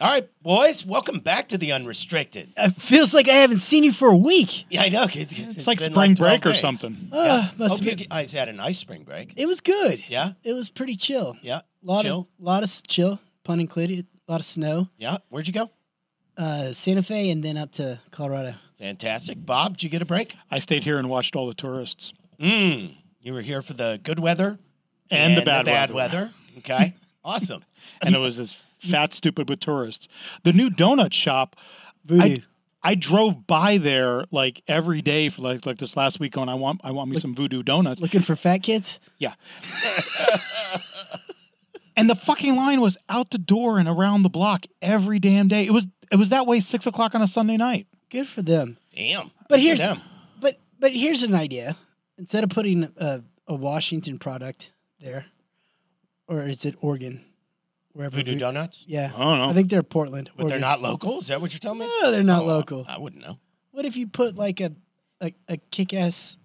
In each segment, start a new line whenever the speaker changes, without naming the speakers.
All right, boys, welcome back to the Unrestricted.
It feels like I haven't seen you for a week.
Yeah, I know. It's,
It's,
it's
like
been
spring break
12
or
days.
something.
Uh, must
Hope
have
you
been,
guys had a nice spring break.
it was good.
Yeah,
It was pretty chill.
yeah,
lot
Chill.
of lot of s- chill, pun included. A lot of snow.
yeah. Where'd you go?
Uh, Santa Fe and then up to Colorado.
Fantastic. Bob, did you get a break?
I stayed here and watched all the tourists
Mm. You were here for the good weather
and, the bad,
weather. Okay, awesome.
and it was this fat stupid with tourists. The new donut shop.
Voodoo.
I, I drove by there like every day for like like this last week going I want I want me some voodoo donuts.
Looking for fat kids?
Yeah. and the fucking line was out the door and around the block every damn day. It was it was that way six o'clock on a Sunday night.
Good for them.
Damn. Good
But
for
here's-
them.
But but here's an idea. Instead of putting a, a Washington product there, or is it Oregon? Wherever.
Voodoo
Vo-
Donuts,
Yeah.
I don't know.
I think they're Portland.
but they're
Oregon.
not local. Is that what you're telling me?
No, they're Uh, not
Oh,
local.
I wouldn't know.
What if you put like a a, a kick ass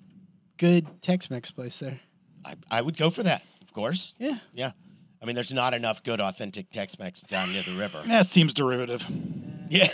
good Tex Mex place there?
I, I would go for that, of course.
Yeah.
Yeah. I mean, there's not enough good authentic Tex-Mex down near the river.
that seems derivative.
Yeah.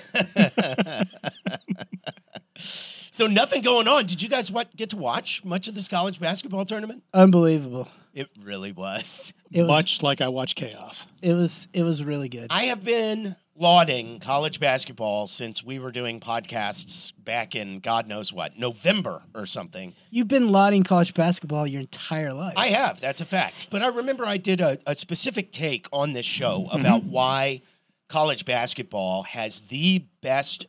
so nothing going on. Did you guys what get to watch much of this college basketball tournament?
Unbelievable.
It really was.
It was
Much like I watch chaos.
it was it was really good.
I have been lauding college basketball since we were doing podcasts back in God knows what, November or something.
You've been lauding college basketball your entire life.
I have, that's a fact. But I remember I did a, a specific take on this show about why college basketball has the best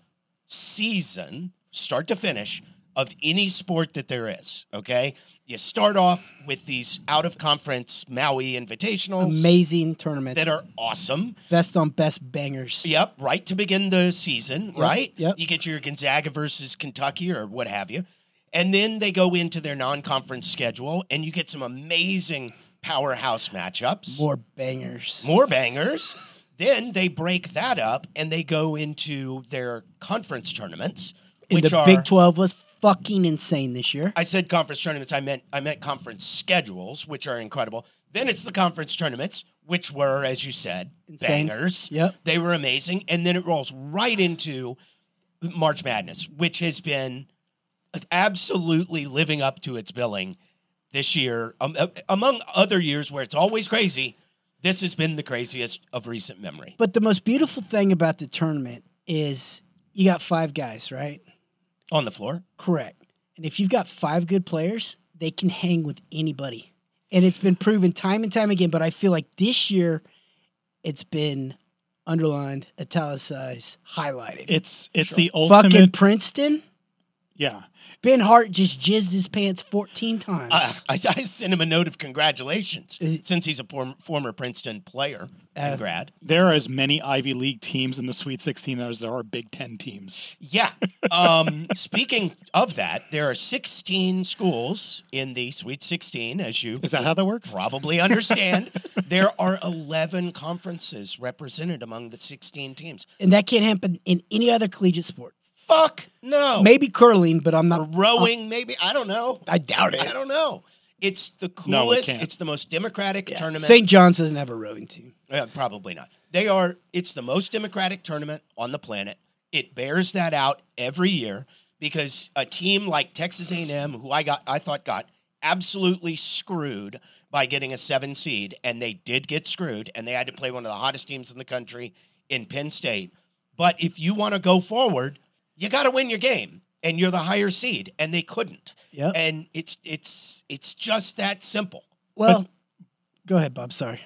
season, start to finish, of any sport that there is. Okay. You start off with these out of conference Maui invitationals
Amazing tournament.
that are awesome.
best on best bangers.
Yep, right to begin the season, right?
yep.
You get your Gonzaga versus Kentucky or what have you. And then they go into their non conference schedule and you get some amazing powerhouse matchups,
More bangers.
more bangers. Then they break that up and they go into their conference tournaments,
and
which
the
are
Big Twelve was fucking insane this year.
I said conference tournaments. I meant I meant conference schedules, which are incredible. Then it's the conference tournaments, which were, as you said,
Insane.
bangers.
Yep.
they were amazing. And then it rolls right into March Madness, which has been absolutely living up to its billing this year, um, uh, among other years where it's always crazy. This has been the craziest of recent memory.
But the most beautiful thing about the tournament is you got five guys, right?
On the floor,
Correct. And if you've got five good players, they can hang with anybody. And it's been proven time and time again. But I feel like this year, it's been underlined, italicized, highlighted.
It's it's the
Fucking
ultimate
Princeton.
yeah.
Ben Hart just jizzed his pants 14 times.
I, Uh, I, I sent him a note of congratulations
Uh,
since he's a form, former Princeton player and
Uh,
grad.
There are as many Ivy League teams in the Sweet 16 as there are Big Ten teams.
Yeah. Um, speaking of that, there are 16 schools in the Sweet 16, as you
Is that how that works?
probably understand. there are 11 conferences represented among the 16 teams.
and that can't happen in any other collegiate sport.
Fuck no.
Maybe curling, but I'm
Or
not.
Rowing, maybe. I don't know.
I doubt
I don't know. It's the
No, it
coolest.
can't.
it's the most democratic tournament.
St. John's doesn't have a rowing team.
Uh, probably not. They are. It's the most democratic tournament on the planet. It bears that out every year because a team like Texas A&M, who I got, I thought got absolutely screwed by getting a seven seed, and they did get screwed, and they had to play one of the hottest teams in the country in Penn State. But if you want to go forward, you got to win your game, and you're the higher seed, and they couldn't.
Yep.
And it's it's it's just that simple.
Well, go ahead, Bob. Sorry.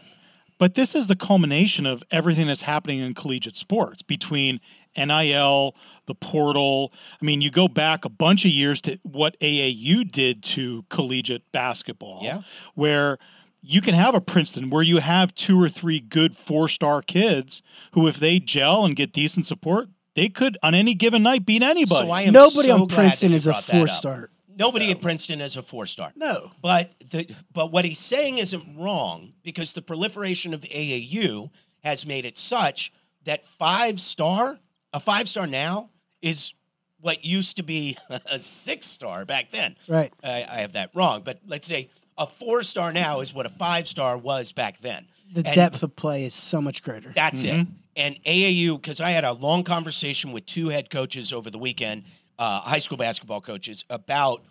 But this is the culmination of everything that's happening in collegiate sports between NIL, the portal. I mean, you go back a bunch of years to what AAU did to collegiate basketball,
Yeah.
where you can have a Princeton where you have two or three good four star kids who, if they gel and get decent support, they could on any given night beat anybody.
So I am
Nobody
so
on
glad that
Princeton
you
is a
brought that up.
four star.
Nobody at Princeton is a four star.
No.
But the but what he's saying isn't wrong because the proliferation of AAU has made it such that five star a five star now is what used to be a six star back then.
Right.
I, I have that wrong, but let's say a four star now is what a five star was back then.
The
And-
depth of play is so much greater.
That's it. And AAU, because I had a long conversation with two head coaches over the weekend, uh, high school basketball coaches, about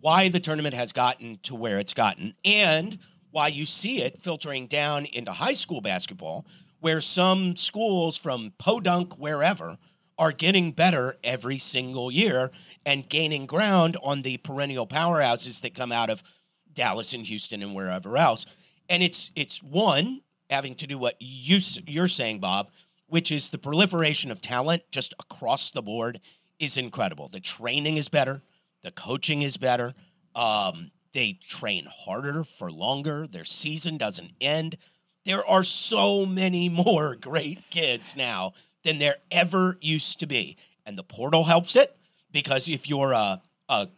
why the tournament has gotten to where it's gotten and why you see it filtering down into high school basketball, where some schools from Podunk, wherever, are getting better every single year and gaining ground on the perennial powerhouses that come out of Dallas and Houston and wherever else. And it's it's one having to do what you s- you're saying, Bob, which is the proliferation of talent just across the board is incredible. The training is better, the coaching is better. Um, they train harder for longer. Their season doesn't end. There are so many more great kids now than there ever used to be, and the portal helps it because if you're a a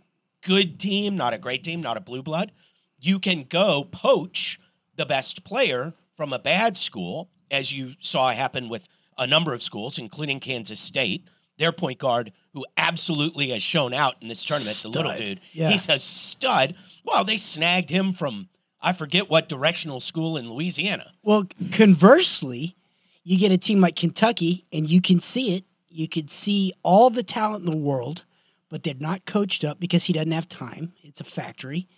good team, not a great team, not a blue blood, you can go poach the best player from a bad school, as you saw happen with a number of schools, including Kansas State. Their point guard, who absolutely has shown out in this tournament, the little
Stud.
dude,
Yeah.
he's a stud. Well, they snagged him from I forget what directional school in Louisiana.
Well, conversely, you get a team like Kentucky, and you can see it. You can see all the talent in the world, but they're not coached up because he doesn't have time. It's a factory.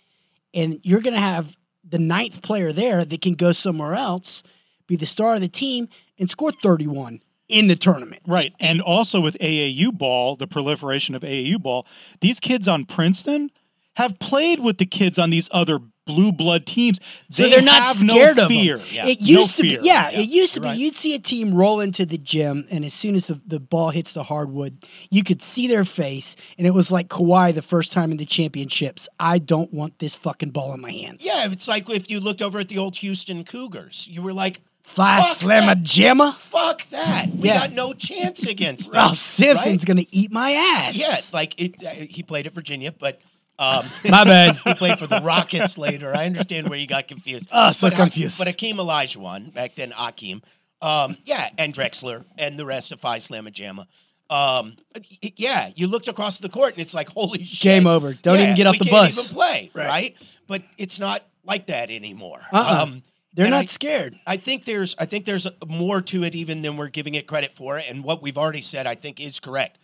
And you're going to have the ninth player there that can go somewhere else, be the star of the team, and score 31 in the tournament.
Right. And also with AAU ball, the proliferation of AAU ball, these kids on Princeton have played with the kids on these other blue blood teams.
So they're not
have
scared
no
of 'em.
fear.
Yeah.
It
No
used to
fear.
be, yeah,
Yeah,
It used to be,
right.
you'd see a team roll into the gym, and as soon as the, the ball hits the hardwood, you could see their face, and it was like Kawhi the first time in the championships. I don't want this fucking ball in my hands.
Yeah, it's like if you looked over at the old Houston Cougars, you were like,
Fly
Fuck
slammer
that.
jammer.
"Fuck that! We
Yeah.
got no chance against them."
Ralph Simpson's
right?
gonna eat my ass.
Yeah, like it, uh, he played at Virginia, but um,
my bad.
he played for the Rockets later. I understand where you got confused.
Oh, so
but,
confused.
But Akeem Olajuwon, back then Akeem, um, yeah, and Drexler and the rest of Phi Slamajama. Um, y- yeah, you looked across the court and it's like, holy shit.
Game over. Don't even
Yeah,
get off
we
the
can't
bus.
Even play,
Right.
right. But it's not like that anymore.
Uh-uh. They're
and
not
I-
scared.
I think there's I think there's more to it even than we're giving it credit for, and what we've already said I think is correct.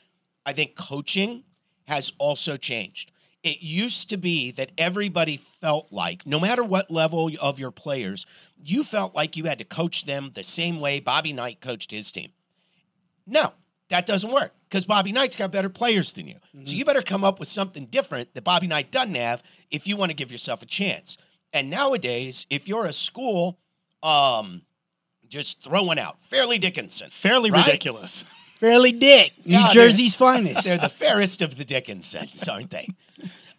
I think coaching has also changed. It used to be that everybody felt like, no matter what level of your players, you felt like you had to coach them the same way Bobby Knight coached his team. No, that doesn't work because Bobby Knight's got better players than you. So you better come up with something different that Bobby Knight doesn't have if you want to give yourself a chance. And nowadays, if you're a school, um, just throwing out Fairleigh Dickinson,
Fairly
Right?
ridiculous.
Fairly Dick, New
Yeah, they're-
Jersey's finest.
they're the fairest of the Dickinsons, aren't they?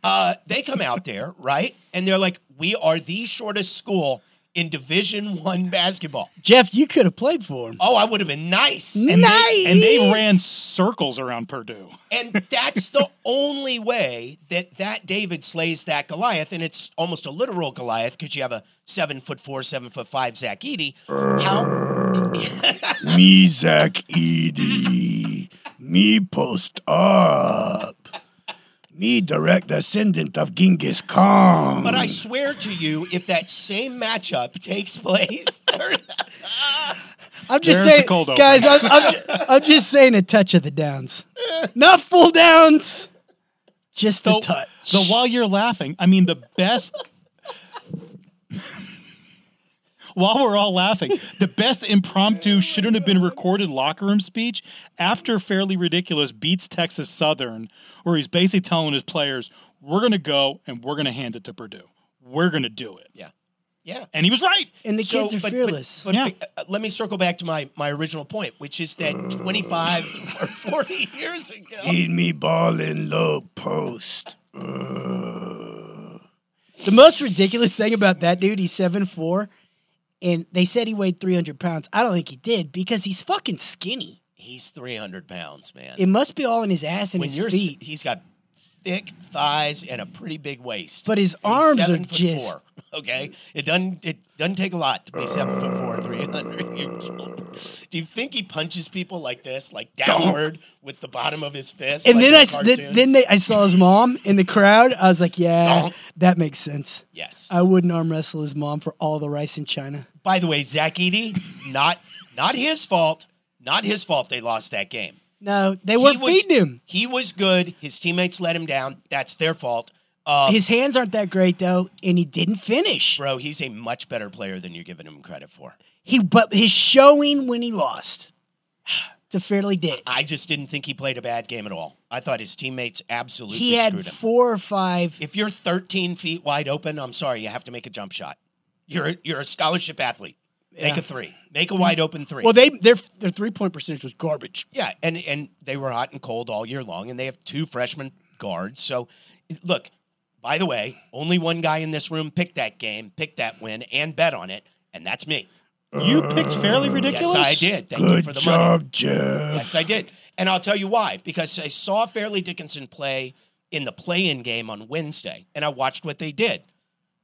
Uh, they come out there, right? And they're like, we are the shortest school in Division One basketball.
Jeff, you could have played for him.
Oh, I would have been nice.
And
nice.
They, and they ran circles around Purdue.
And that's the only way that that David slays that Goliath, and it's almost a literal Goliath because you have a seven foot four, seven foot five Zach Eady. How?
Me Zach Edie. Me post up. Me direct descendant of Genghis Khan.
But I swear to you, if that same matchup takes place,
I'm just
There's the
saying,
cold open.
guys. I'm, I'm, ju- I'm just saying a touch of the downs,
Eh.
not full downs, just a
So-
touch.
So while you're laughing, I mean, the best. while we're all laughing, the best impromptu shouldn't have been recorded locker room speech after Fairly Ridiculous beats Texas Southern, where he's basically telling his players, we're going to go and we're going to hand it to Purdue. We're going to do it.
yeah.
And he was right.
and the
So,
kids are
but- but-
fearless.
But,
Yeah.
uh, let me circle back to my my original point, which is that 25 or 40 years ago,
Feed me ball in low post.
the most ridiculous thing about that dude, he's seven four, and they said he weighed 300 pounds. I don't think he did because he's fucking skinny.
he's 300 pounds, man.
It must be all in his ass and
when
his
you're, s-
feet.
he's got thick thighs and a pretty big waist.
But his
And he's
arms are
seven foot
just
four, okay. It doesn't it doesn't take a lot to be seven foot four, three hundred years old. Do you think he punches people like this, like downward with the bottom of his fist?
And
like
then
in
I
a
s- th-
cartoon?
then they, I saw his mom in the crowd. I was like, yeah,
Donk.
that makes sense.
yes.
I wouldn't arm wrestle his mom for all the rice in China.
By the way, Zach Eady, not not his fault. Not his fault they lost that game.
No, they weren't
was-
feeding him.
He was good. His teammates let him down. That's their fault. Uh,
His hands aren't that great though, and he didn't finish.
bro, he's a much better player than you're giving him credit for.
He but his showing when he lost to Fairly Dick.
I just didn't think he played a bad game at all. I thought his teammates absolutely
He had
screwed him.
four or five.
if you're 13 feet wide open, I'm sorry, you have to make a jump shot. You're a, you're a scholarship athlete. Make
Yeah.
a three. Make a wide open three.
Well, they their their three point percentage was garbage.
Yeah, and and they were hot and cold all year long, and they have two freshman guards. So, look, by the way, only one guy in this room picked that game, picked that win, and bet on it, and that's me.
You picked fairly ridiculous.
Uh, Yes, I did. Thank you
Good
for the money.
job, Jeff.
Yes, I did. And I'll tell you why. Because I saw Fairleigh Dickinson play in the play in game on Wednesday, and I watched what they did.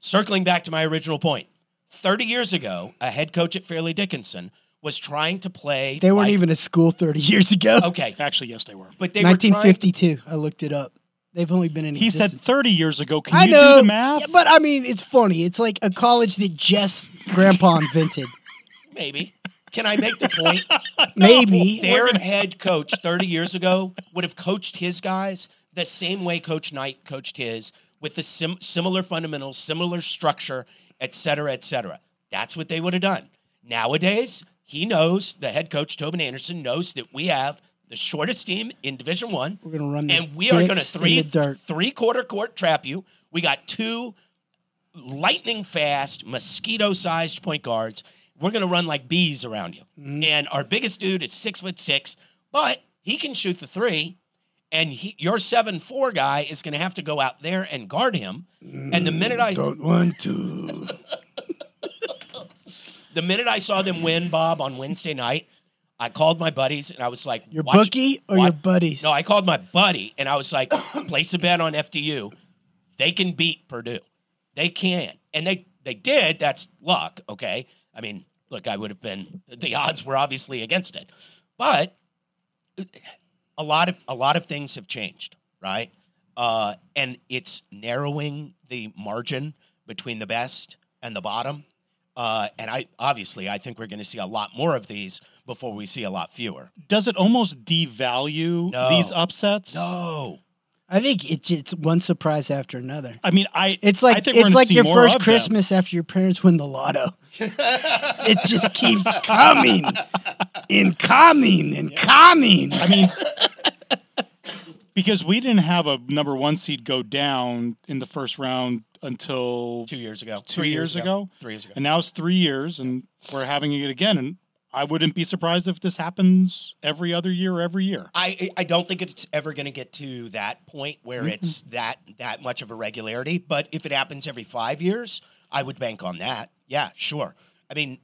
Circling back to my original point 30 years ago, a head coach at Fairleigh Dickinson was trying to play.
They weren't
like-
even at school thirty years ago.
Okay.
Actually, yes, they were.
But they were trying
1952. I looked it up. They've only been in.
He said
existence.
30 years ago. Can
I
you
know,
do the math?
Yeah, but I mean, it's funny. It's like a college that Jess Grandpa invented.
Maybe. Can I make the point?
Maybe
Their head coach 30 years ago would have coached his guys the same way Coach Knight coached his with the sim- similar fundamentals, similar structure, et cetera, et cetera. That's what they would have done. Nowadays, he knows, the head coach, Tobin Anderson, knows that we have the shortest team in Division One
we're gonna run. the
and we are going to
dicks in
three
the dirt.
three quarter court trap you. We got two lightning fast, mosquito sized point guards. We're going to run like bees around you.
Mm-hmm.
And our biggest dude is six foot six, but he can shoot the three. And he, your seven four guy is going to have to go out there and guard him.
Mm-hmm.
And the minute I
Don't want to.
the minute I saw them win, Bob, on Wednesday night, I called my buddies and I was like,
Your
watch-
bookie or
wa-
your buddies?
No, I called my buddy and I was like, place a bet on FDU. They can beat Purdue. They can. And they they did. That's luck, okay? I mean, look, I would have been the odds were obviously against it. But a lot of a lot of things have changed, right? Uh, and it's narrowing the margin between the best and the bottom. Uh, and I obviously I think we're going to see a lot more of these before we see a lot fewer.
Does it almost devalue
No.
these upsets?
No,
I think it's it's one surprise after another.
I mean, I.
It's like
I think we're
it's
gonna
like
see
your
more of
first
them.
Christmas after your parents win the lotto. it just keeps coming.
In coming, in coming.
I mean, because we didn't have a number one seed go down in the first round until
two years ago,
two
Three
years ago.
three years ago.
and now it's three years, and we're having it again. And I wouldn't be surprised if this happens every other year, every year.
I I don't think it's ever going to get to that point where it's that that much of a regularity. But if it happens every five years, I would bank on that. Yeah, sure. I mean,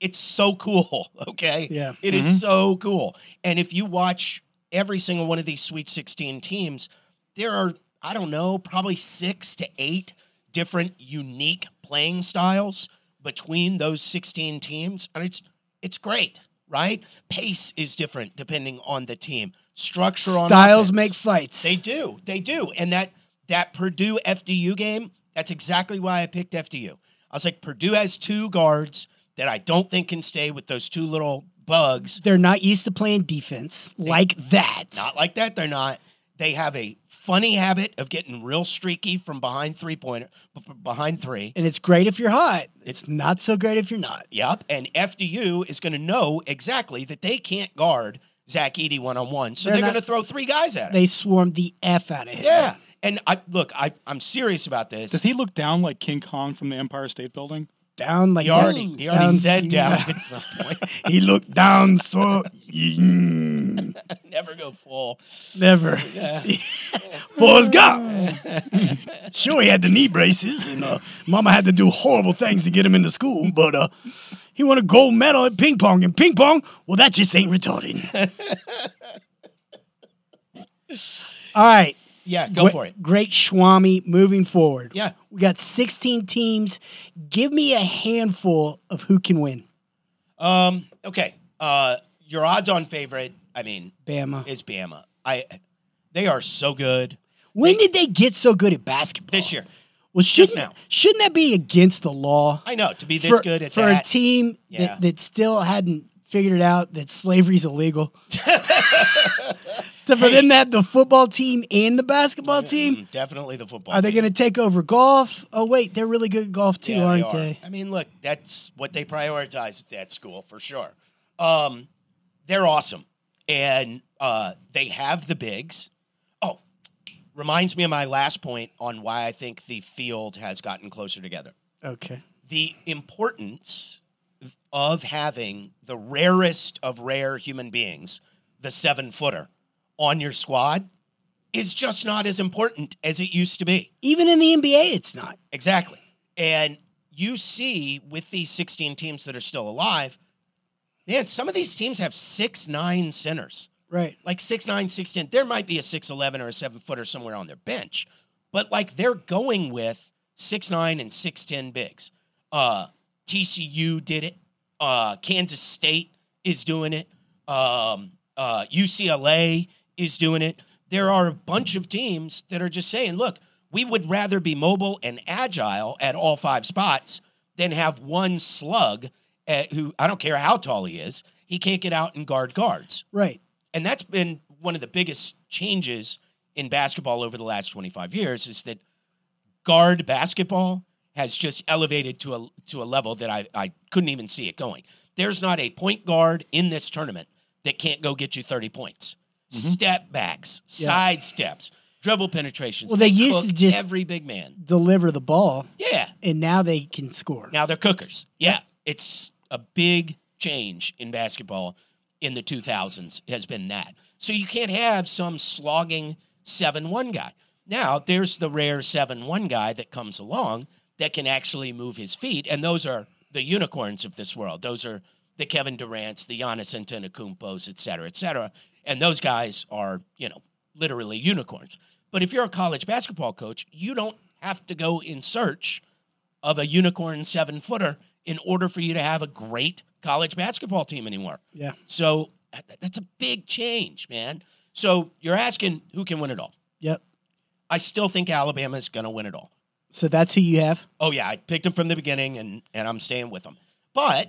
it's so cool. Okay,
Yeah.
it is
Mhm.
so cool. And if you watch every single one of these Sweet Sixteen teams, there are I don't know, probably six to eight different unique playing styles between those 16 teams and it's it's great right pace is different depending on the team structure on
Styles
offense.
make fights.
they do they do and that that purdue fdu game that's exactly why i picked fdu i was like purdue has two guards that i don't think can stay with those two little bugs
They're not used to playing defense like that.
not like that they're not they have a funny habit of getting real streaky from behind three pointer b- b- behind three
And it's great if you're hot. It's not so great if you're not.
Yep. And FDU is going to know exactly that they can't guard Zach Eady one on one. So
They're
they're,
not-
going to throw three guys at him.
They swarmed the F out of him.
yeah. And I look, I, I'm serious about this.
Does he look down like King Kong from the Empire State Building?
Down like
he already,
that.
he already
Down-
said down at some point.
He looked down so. Mm,
Never go full.
Never.
Forrest Gump. Sure, he had the knee braces, and uh, Mama had to do horrible things to get him into school, but uh, he won a gold medal at ping pong. And ping pong, well, that just ain't retarded.
All right.
Yeah, go
Gre-
for it.
Great Schwami moving forward.
Yeah.
We got 16 teams. Give me a handful of who can win.
Um, okay. Uh, your odds on favorite, I mean,
Bama.
is Bama. I they are so good
When did they get so good at basketball?
this year.
Well,
just
shouldn't,
now.
shouldn't that be against the law?
I know to be this
for,
good at
for
that.
a team
Yeah.
that, that still hadn't figured out that slavery's illegal. so for them to have the football team and the basketball team,
Mm, definitely the football.
are they
team.
going to take over golf? Oh wait, they're really good at golf too,
Yeah, they
aren't
are.
they?
I mean, look, that's what they prioritize at that school for sure. Um, they're awesome, and uh, they have the bigs. Oh, reminds me of my last point on why I think the field has gotten closer together.
Okay.
The importance of having the rarest of rare human beings, the seven footer, on your squad is just not as important as it used to be.
Even in the NBA, it's not.
Exactly. And you see with these 16 teams that are still alive, man, some of these teams have six nine centers.
Right.
Like six nine, six ten. There might be a six eleven or a seven footer somewhere on their bench, but like they're going with six nine and six ten bigs. Uh TCU did it. Uh Kansas State is doing it. Um uh UCLA is doing it. There are a bunch of teams that are just saying, look, we would rather be mobile and agile at all five spots than have one slug at, who I don't care how tall he is, he can't get out and guard guards.
Right.
And that's been one of the biggest changes in basketball over the last 25 years is that guard basketball has just elevated to a to a level that I, I couldn't even see it going. There's not a point guard in this tournament that can't go get you 30 points. Step backs,
Mm-hmm. Yeah.
side steps, dribble penetrations.
Well, they used to
cook
just-
every big man.
Deliver the ball,
Yeah.
and now they can score.
Now they're cookers. Yeah, it's a big change in basketball in the 2000s has been that. So you can't have some slogging 7-1 guy. Now there's the rare 7-1 guy that comes along that can actually move his feet and those are the unicorns of this world. Those are the Kevin Durant's, the Giannis Antetokounmpos, et cetera, et cetera. And those guys are, you know, literally unicorns. But if you're a college basketball coach, you don't have to go in search of a unicorn seven footer in order for you to have a great college basketball team anymore.
Yeah.
So that- that's a big change, man. So you're asking who can win it all.
Yep.
I still think Alabama's going to win it all.
So that's who you have.
Oh yeah, I picked them from the beginning, and and I'm staying with them. But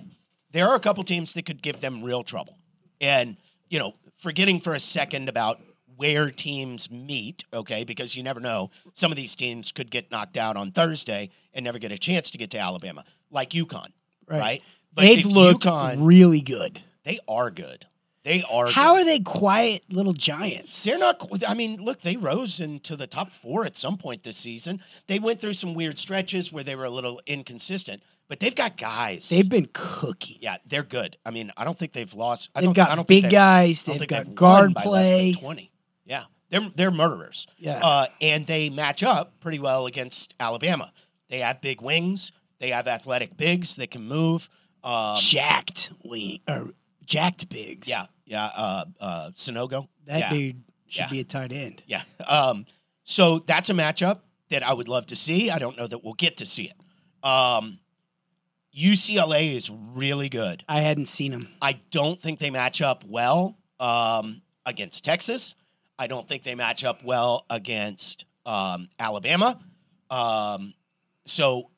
there are a couple teams that could give them real trouble. And you know, forgetting for a second about where teams meet, okay, because you never know. Some of these teams could get knocked out on Thursday and never get a chance to get to Alabama, like UConn,
Right.
right? But
They've
if
looked
UConn,
really good.
they are good. They are.
How
good.
are they quiet little giants?
They're not. qu- I mean, look, they rose into the top four at some point this season. They went through some weird stretches where they were a little inconsistent, but they've got guys.
They've been cooking.
yeah, they're good. I mean, I don't think they've lost. I
They've
don't, I
got
don't
big
think
guys.
I don't
They've
think
got
won
guard
by less than
play.
Twenty. Yeah, they're they're murderers.
Yeah.
uh, and they match up pretty well against Alabama. They have big wings. They have athletic bigs that can move. Um,
jacked wing or jacked bigs.
yeah, yeah. Uh, uh, Sonogo.
That
yeah.
dude should
Yeah.
be a tight end.
Yeah. Um, so that's a matchup that I would love to see. I don't know that we'll get to see it. Um, UCLA is really good.
I hadn't seen him.
I don't think they match up well um, against Texas. I don't think they match up well against um, Alabama. Um, so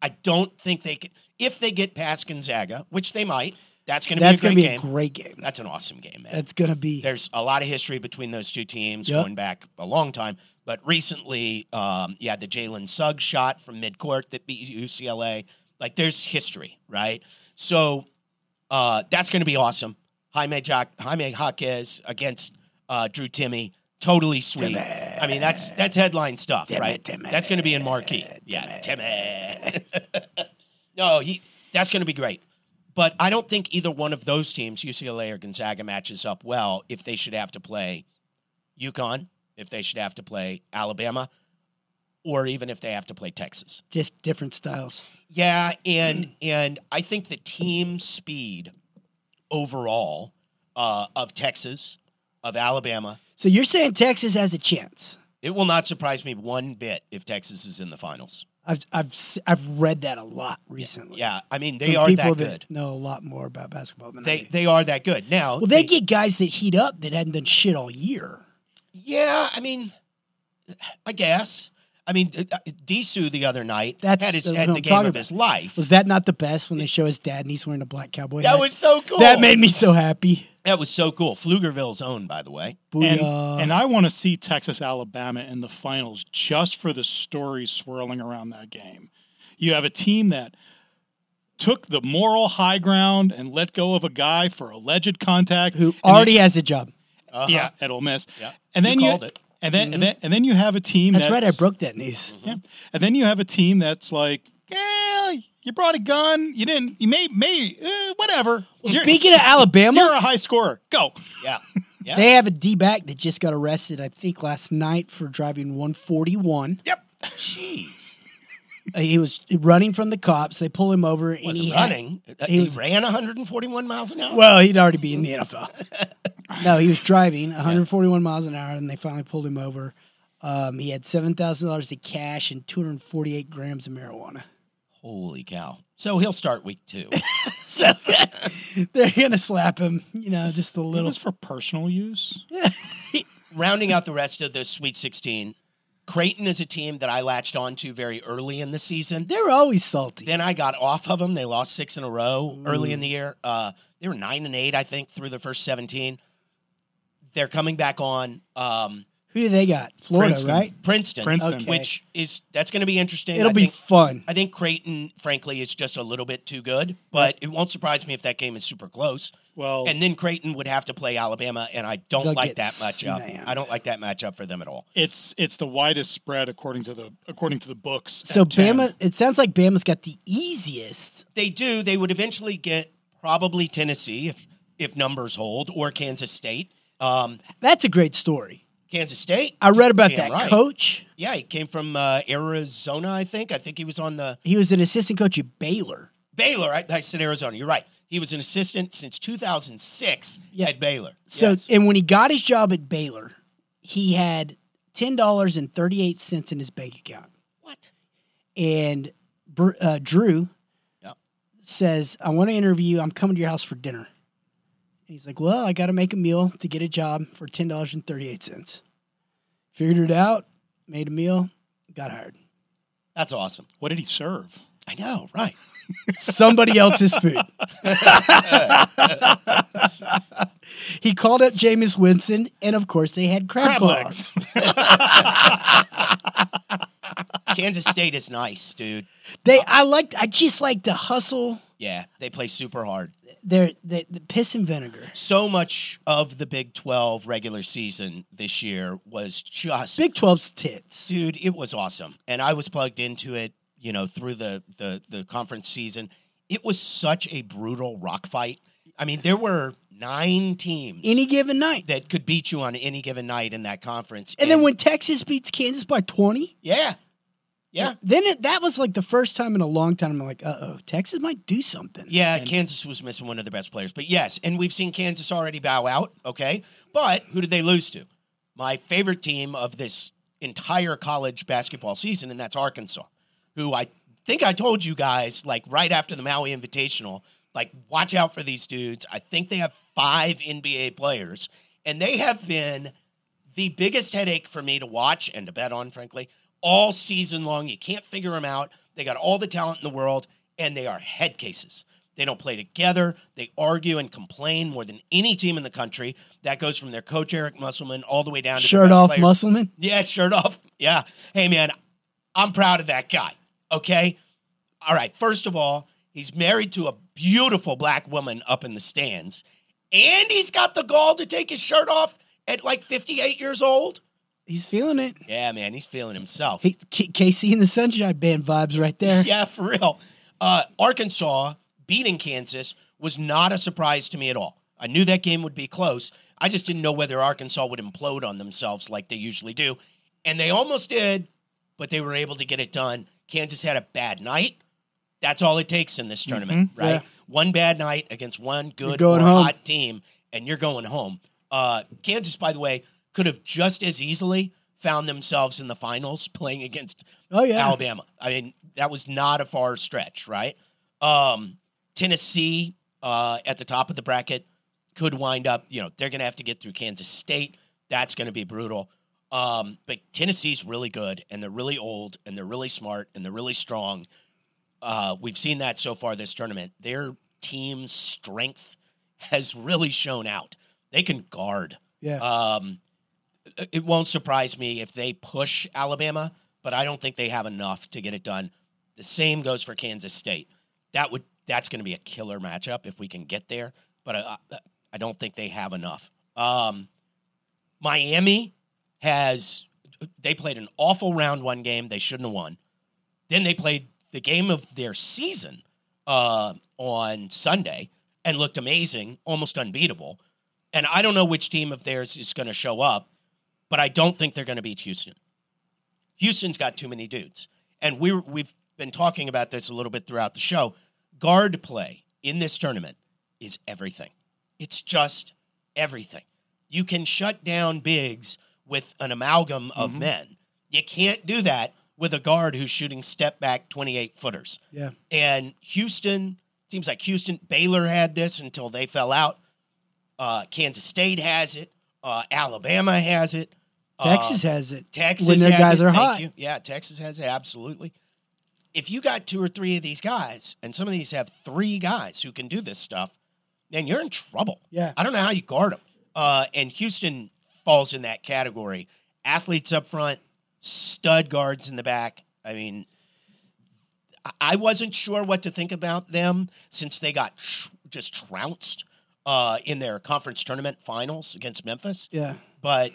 I don't think they can. If they get past Gonzaga, which they might, that's going to be a
That's
great
gonna be
game.
a great game.
that's an awesome game, man
That's gonna be
there's a lot of history between those two teams
Yep.
going back a long time. But recently, um, you had the Jalen Suggs shot from midcourt that beat UCLA. Like there's history, right? So uh, that's going to be awesome. Jaime Jac- Jaime Jaquez against uh, Drew Timmy, totally sweet.
Timmy.
I mean, that's that's headline stuff,
Timmy,
right?
Timmy,
that's going to be in marquee. Yeah, Timmy. no, he. That's going to be great. But I don't think either one of those teams, UCLA or Gonzaga, matches up well if they should have to play UConn, if they should have to play Alabama, or even if they have to play Texas.
just different styles.
Yeah, and and I think the team speed overall uh, of Texas, of Alabama,
So you're saying Texas has a chance?
it will not surprise me one bit if Texas is in the finals.
I've I've s- I've read that a lot recently.
Yeah, I mean
from
they are
people
that good.
know a lot more about basketball than I
They
do.
they are that good. Now,
Well, they get guys that heat up that hadn't done shit all year.
Yeah, I mean, I guess. I mean, uh, uh, Disu the other night
That's
had, his,
what
had
I'm
the game
talking
of his life.
Was that not the best when they show his dad and he's wearing a black cowboy
that
hat?
was so cool.
That made me so happy.
that was so cool. Pflugerville's own, by the way.
And,
Booyah.
and I want to see Texas Alabama in the finals just for the story swirling around that game. You have a team that took the moral high ground and let go of a guy for alleged contact
who
and you-
already has a job.
Uh-huh.
yeah at Ole Miss.
Yeah.
And then you,
called it.
and then, and then and then you have a
Mm-hmm.
team
That's right.
that's
I broke that news.
Yeah. And then you have a team that's like, eh, you brought a gun. You didn't. You may may eh, whatever. You're,
Speaking of Alabama,
you're a high scorer. Go.
Yeah. Yeah.
They have a D back that just got arrested, I think, last night for driving 141.
Yep.
Jeez.
Uh, He was running from the cops. They pull him over, and
Wasn't
he had-
running. Uh,
he
he,
was-
ran 141 miles an hour.
well, he'd already be in the NFL. no, he was driving 141 miles an hour, and they finally pulled him over. Um, he had seven thousand dollars in cash and 248 grams of marijuana.
Holy cow. So he'll start week two.
So they're gonna slap him, you know, just a
It
little.
was for personal use.
Rounding out the rest of the Sweet 16, Creighton is a team that I latched onto very early in the season.
They're always salty.
Then I got off of them. They lost six in a row early
Mm.
in the year. Uh, they were nine and eight, I think, through the first 17. They're coming back on um,
Who do they got? Florida,
Princeton.
right?
Princeton,
Princeton.
Okay.
which is that's going to be interesting.
It'll
I
be
think-
fun.
I think Creighton, frankly, is just a little bit too good, but it won't surprise me if that game is super close.
Well,
And then Creighton would have to play Alabama, and I don't
They'll
like
get
that matchup.
slammed.
I don't like that matchup for them at all.
it's it's the widest spread according to the according to the books. at
So
10.
Bama, it sounds like Bama's got the easiest.
They do. They would eventually get probably Tennessee if if numbers hold, or Kansas State. Um,
That's a great story.
Kansas State.
I read about
Damn
that
right.
coach.
Yeah, he came from uh, Arizona, I think. I think he was on the
He was an assistant coach at Baylor.
Baylor. I, I said Arizona. You're right. He was an assistant since 2006
Yeah.
at Baylor.
So,
Yes.
and when he got his job at Baylor, he had ten dollars and thirty eight cents in his bank account.
what?
And Br- uh, Drew
Yeah.
says, "I want to interview. you. I'm coming to your house for dinner." And he's like, "Well, I got to make a meal to get a job for ten dollars and thirty eight cents." Figured it out, made a meal, got hired.
That's awesome.
what did he serve?
I know, right?
somebody else's food. he called up Jameis Winston, and of course, they had crab,
Crab
claws.
Kansas State is nice, dude.
They, I liked, I just like the hustle.
Yeah, they play super hard.
They're the, the piss and vinegar.
So much of the Big 12 regular season this year was just
Big 12's tits.
dude it was awesome and i was plugged into it you know through the the the conference season it was such a brutal rock fight i mean there were nine teams
Any given night.
that could beat you on any given night in that conference
And then when Texas beats Kansas by 20,
yeah yeah
then it, that was like the first time in a long time I'm like, uh oh, Texas might do something.
yeah
And-
kansas was missing one of the best players but yes and we've seen kansas already bow out okay but who did they lose to my favorite team of this entire college basketball season and that's arkansas who I think I told you guys like right after the Maui Invitational, like watch out for these dudes. I think they have five NBA players, and they have been the biggest headache for me to watch and to bet on, frankly, all season long. You can't figure them out. They got all the talent in the world, and they are head cases. They don't play together. They argue and complain more than any team in the country. That goes from their coach Eric Musselman all the way down to the
Shirt
best
off,
players.
Musselman.
Yeah, shirt off. Yeah. Hey, man, I'm proud of that guy. Okay. All right. First of all, he's married to a beautiful black woman up in the stands, and he's got the gall to take his shirt off at like 58 years old.
He's feeling it.
Yeah, man, he's feeling himself.
He, K- KC and the Sunshine Band vibes right there.
yeah, for real. Uh, Arkansas beating Kansas was not a surprise to me at all. I knew that game would be close. I just didn't know whether Arkansas would implode on themselves like they usually do. And they almost did, but they were able to get it done. Kansas had a bad night. That's all it takes in this tournament, right?
Mm-hmm. yeah.
One bad night against one good
going
or
home.
hot team, and you're going home. Uh, Kansas, by the way, could have just as easily found themselves in the finals playing against
Oh, yeah.
Alabama. I mean, that was not a far stretch, right? Um, Tennessee uh, at the top of the bracket could wind up, you know, they're going to have to get through Kansas State. That's going to be brutal. Um, but Tennessee's really good, and they're really old, and they're really smart, and they're really strong. Uh, we've seen that so far this tournament. Their team's strength has really shown out. They can guard.
Yeah.
Um, it won't surprise me if they push Alabama, but I don't think they have enough to get it done. The same goes for Kansas State. That would that's going to be a killer matchup if we can get there, but I, I- I don't think they have enough. Um, Miami has they played an awful round one game they shouldn't have won. Then they played the game of their season uh, on Sunday and looked amazing, almost unbeatable. And I don't know which team of theirs is going to show up, but I don't think they're going to beat Houston. Houston's got too many dudes. And we we've been talking about this a little bit throughout the show. Guard play in this tournament is everything. It's just everything. You can shut down bigs with an amalgam of
Mm-hmm.
men. You can't do that with a guard who's shooting step back 28 footers.
Yeah.
And Houston, seems like Houston, Baylor had this until they fell out. Uh, Kansas State has it. Uh, Alabama has it. Uh,
Texas has it.
Texas
When their
has
guys
it.
are
Thank
hot.
you. Yeah, Texas has it absolutely. If you got two or three of these guys, and some of these have three guys who can do this stuff, then you're in trouble.
Yeah.
I don't know how you guard them. Uh, and Houston falls in that category. Athletes up front, stud guards in the back. I mean, I- I wasn't sure what to think about them since they got tr- just trounced uh, in their conference tournament finals against Memphis
Yeah.
but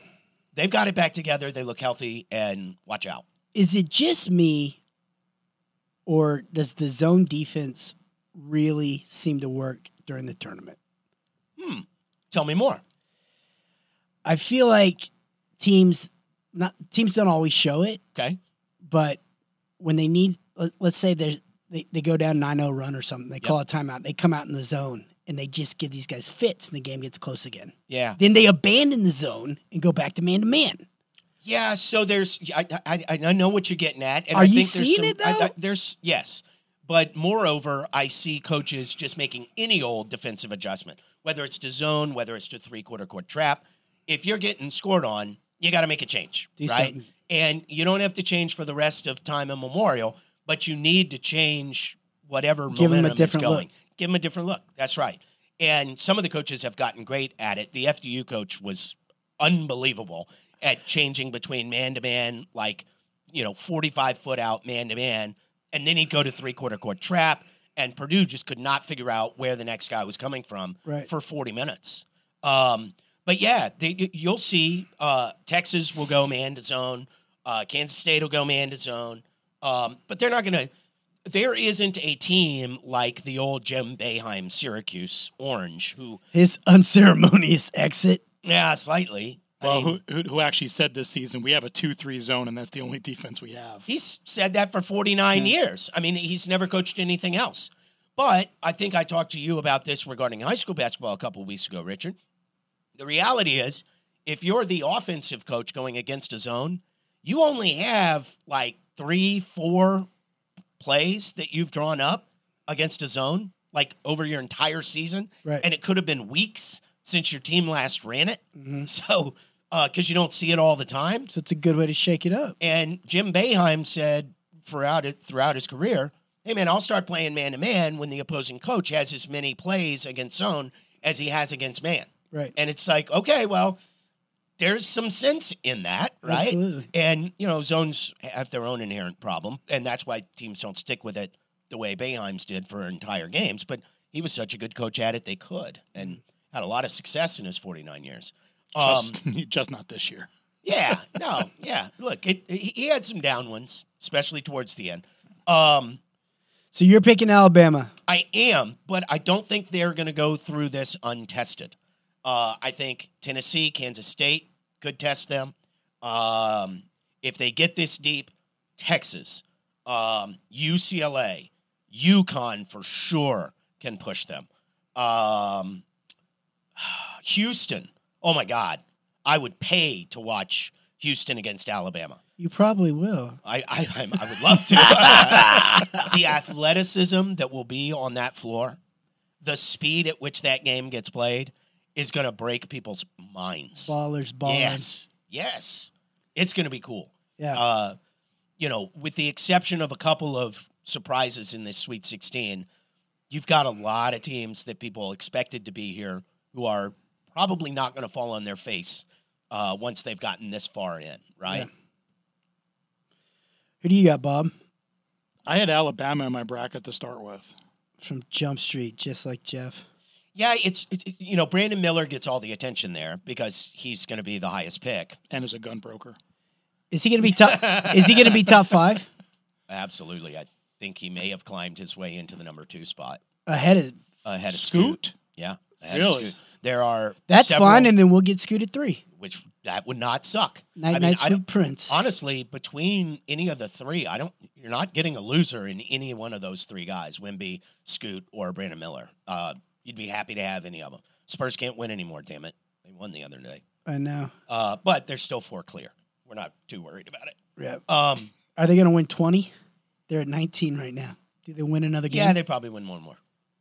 they've got it back together. They look healthy, and watch out.
Is it just me, or does the zone defense really seem to work during the tournament?
Hmm. Tell me more.
I feel like teams not teams don't always show it,
Okay.
but when they need let- let's say there's they, they go down 9-0 run or something, they call a timeout, they come out in the zone and they just give these guys fits and the game gets close again.
Yeah.
Then they abandon the zone and go back to man to man.
Yeah. So there's, I, I, I I know what you're getting at. And
Are
I
you
think there's
seeing
some-
it,
I- I-
though?
there's, yes. But moreover, I see coaches just making any old defensive adjustment, whether it's to zone, whether it's to three quarter court trap. If you're getting scored on, you got to make a change,
Do
right?
something.
And you don't have to change for the rest of time immemorial, but you need to change whatever
Give 'em a
momentum
different
is
look.
going. Give them a different look. That's right. And some of the coaches have gotten great at it. The FDU coach was unbelievable at changing between man to man, like, you know, 45 foot out man to man. And then he'd go to three quarter court trap. And Purdue just could not figure out where the next guy was coming from
Right.
for 40 minutes. Um, but yeah, they, you- you'll see uh, Texas will go man to zone. Uh, Kansas State will go man to zone. Um, but they're not going to there isn't a team like the old Jim Beheim Syracuse Orange who,
His unceremonious exit.
yeah, slightly. I
Well,
mean,
who, who, who actually said this season we have a two-three zone, and that's the only defense we have.
he's said that for 49 years. I mean, he's never coached anything else. But I think I talked to you about this regarding high school basketball a couple weeks ago, Richard. The reality is, if you're the offensive coach going against a zone, you only have like three, four plays that you've drawn up against a zone, like over your entire season.
Right.
and it could have been weeks since your team last ran it.
Mhm.
So, because you don't see it all the time.
So it's a good way to shake it up.
And Jim Beheim said throughout it, throughout his career, "Hey man, I'll start playing man to man when the opposing coach has as many plays against zone as he has against man."
Right.
And it's like, okay, well, there's some sense in that, right?
Absolutely.
And you know, zones have their own inherent problem, and that's why teams don't stick with it the way Bayheim's did for entire games. But he was such a good coach at it; they could, and had a lot of success in his 49 years. Um,
Just, just not this year.
yeah, no, yeah. Look, it, he he had some down ones, especially towards the end. Um,
So you're picking Alabama.
I am, but I don't think they're going to go through this untested. Uh, I think Tennessee, Kansas State could test them. Um, if they get this deep, Texas, um, UCLA, UConn for sure can push them. Um, Houston, oh my God, I would pay to watch Houston against Alabama.
You probably will.
I I, I'm, I would love to. the athleticism that will be on that floor, the speed at which that game gets played, is going to break people's minds.
Ballers, ballers.
Yes, yes. It's going to be cool.
Yeah.
Uh, you know, with the exception of a couple of surprises in this Sweet 16, you've got a lot of teams that people expected to be here who are probably not going to fall on their face uh, once they've gotten this far in, right?
Who do you got, Bob?
I had Alabama in my bracket to start with.
From Jump Street, just like Jeff.
Yeah, it's, it's it- you know Brandon Miller gets all the attention there because he's going to be the highest pick.
and as a gun broker.
Is he gonna be top? is he gonna be top five
Absolutely, I think he may have climbed his way into the number two spot
ahead of?
ahead of
Scoot?
Yeah, ahead of
Really?
Scoot. There are
That's
several-
fine, and then we'll get Scoot at three.
which that would not suck.
Night,
I mean,
night,
I don't-
sweet prince.
honestly, between any of the three, I don't. You're not getting a loser in any one of those three guys: Wimby, Scoot, or Brandon Miller. Uh, you'd be happy to have any of them. Spurs can't win anymore. Damn it, they won the other day.
I know.
Uh, but they're still four clear. We're not too worried about it.
Yeah.
Um,
Are they gonna win twenty? They're at nineteen right now. Do they win another game?
yeah, they probably win one more.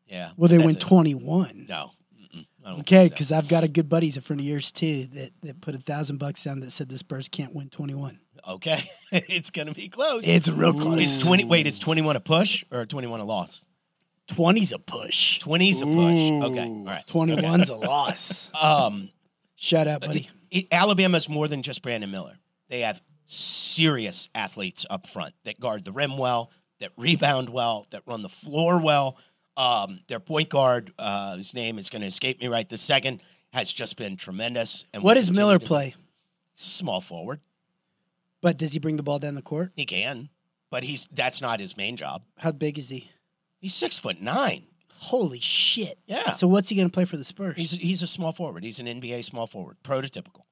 Yeah.
Will they
that's
win
it.
twenty one?
No. Mm-mm. I don't
Okay,
think so.
because I've got a good buddies a friend of yours too that, that put a thousand bucks down that said the Spurs can't win twenty one.
okay, it's gonna be close.
It's real
Is
close.
twenty? Wait, is twenty-one a push or twenty-one a loss?
20's a push.
20's a push. Okay, all
Ooh.
right.
21's
a loss.
Um,
Shout out, buddy.
it, Alabama's more than just Brandon Miller. They have serious athletes up front that guard the rim well, that rebound well, that run the floor well. Um, their point guard, uh, whose name is going to escape me right this second, has just been tremendous. And
What
will
does
continue
Miller
to be.
play?
Small forward.
But does he bring the ball down the court?
He can, but he's that's not his main job.
How big is he?
He's six foot nine.
Holy shit!
Yeah,
So what's he gonna play for the Spurs?
he's he's a small forward. He's an NBA small forward, prototypical.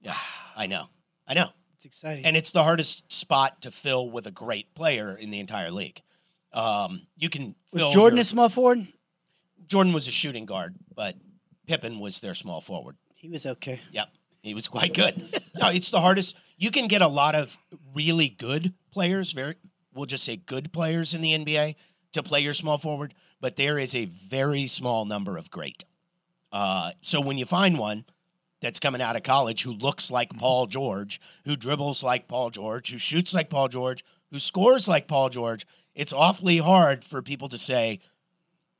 Yeah, I know, I know.
it's exciting.
and it's the hardest spot to fill with a great player in the entire league. Um, you can
was
fill
Jordan
your-
a small forward?
Jordan was a shooting guard, but Pippen was their small forward.
He was okay.
Yep, he was quite good. no, it's the hardest. You can get a lot of really good players, very we'll just say good players in the NBA to play your small forward, but there is a very small number of great. Uh, so when you find one that's coming out of college who looks like Paul George, who dribbles like Paul George, who shoots like Paul George, who scores like Paul George, it's awfully hard for people to say,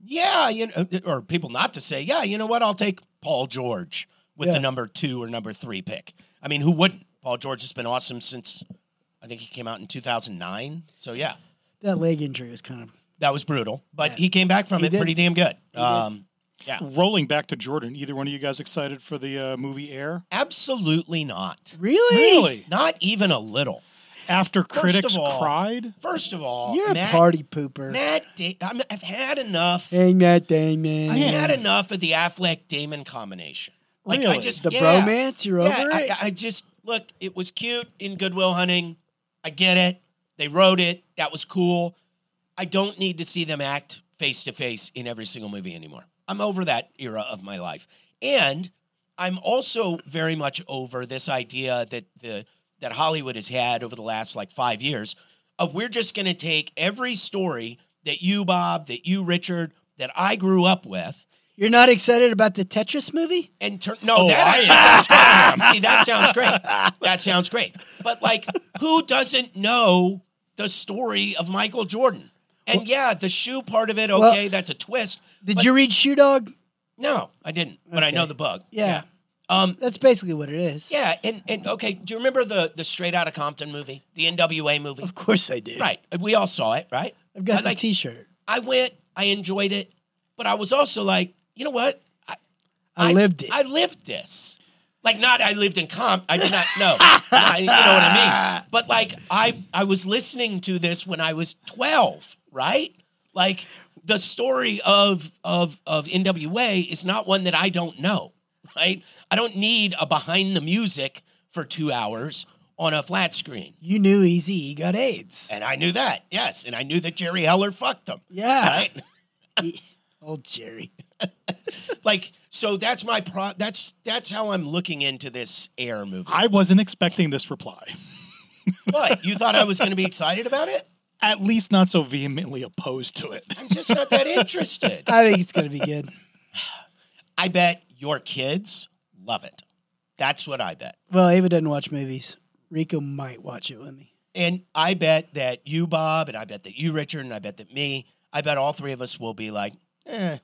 yeah, you know, or people not to say, yeah, you know what, I'll take Paul George with
Yeah.
the number two or number three pick. I mean, who wouldn't? Paul George has been awesome since I think he came out in 2009. So yeah,
That leg injury was kind of
that was brutal, but he came back from
He
it
did.
pretty damn good.
did.
Um,
Rolling back to Jordan, either one of you guys excited for the uh, movie Air?
absolutely not.
really.
Really?
Not even a little.
After critics
of all-
cried?
First of all,
You're
Matt,
a party pooper.
Matt da- I'm, I've had enough.
Hey, Matt Damon.
I've had enough of the Affleck Damon combination. Like I
Really?
just
the
yeah,
bromance. You're
yeah,
over
I,
it.
I- I just look. It was cute in Goodwill Hunting. I get it. They wrote it. That was cool. I don't need to see them act face to face in every single movie anymore. I'm over that era of my life, and I'm also very much over this idea that the that Hollywood has had over the last like five years of we're just going to take every story that you Bob, that you Richard, that I grew up with,
You're not excited about the Tetris movie?
and turn. No,
Oh,
that
I
actually sounds great. See, that sounds great. That sounds great. But like, who doesn't know the story of Michael Jordan? And yeah, the shoe part of it. Okay,
Well-
that's a twist.
Did
But-
you read Shoe Dog?
No, I didn't. But I know
Okay.
the bug.
Yeah.
Um.
That's basically what it is.
Yeah. And and okay. Do you remember the the Straight Outta Compton movie, the NWA movie?
Of course I did.
Right. We all saw it. Right.
I've got
I
the
like-
T-shirt.
I went. I enjoyed it. But I was also like, you know what? I,
I, lived it.
I lived this. Like not I lived in comp. I did not know. I- you know what I mean? But like I I was listening to this when I was 12, right? Like the story of of of NWA is not one that I don't know, right? I don't need a behind the music for 2 hours on a flat screen.
you knew Easy he got AIDS.
And I knew that. Yes, and I knew that Jerry Heller fucked them,
Yeah.
right?
Old Jerry.
like so that's my pro that's that's how I'm looking into this air movie.
I wasn't expecting this reply.
What? You thought I was going to be excited about it?
At least not so vehemently opposed to it.
I'm just not that interested.
I think it's gonna be good.
I bet your kids love it. That's what I bet.
Well, Ava doesn't watch movies. Rico might watch it with me.
And I bet that you, Bob, and I bet that you, Richard, and I bet that me, I bet all three of us will be like, eh,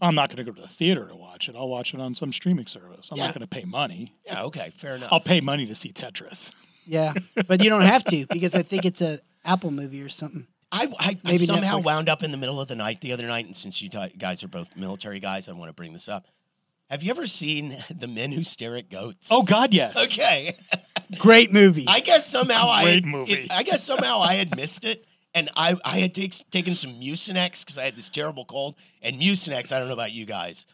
I'm not going to go to the theater to watch it. I'll watch it on some streaming service. I'm
Yeah.
not going to pay money.
yeah, okay, fair enough.
I'll pay money to see Tetris.
Yeah, but you don't have to because I think it's a Apple movie or something.
I, I, I
Maybe
somehow
Netflix.
wound up in the middle of the night the other night, and since you ti- guys are both military guys, I want to bring this up. Have you ever seen The Men Who Stare at Goats?
Oh God, yes.
Okay.
Great movie.
I guess somehow I
Great
had,
movie.
it- I guess somehow I had missed it, and I I had takes taken some Mucinex because I had this terrible cold, and Mucinex. I don't know about you guys.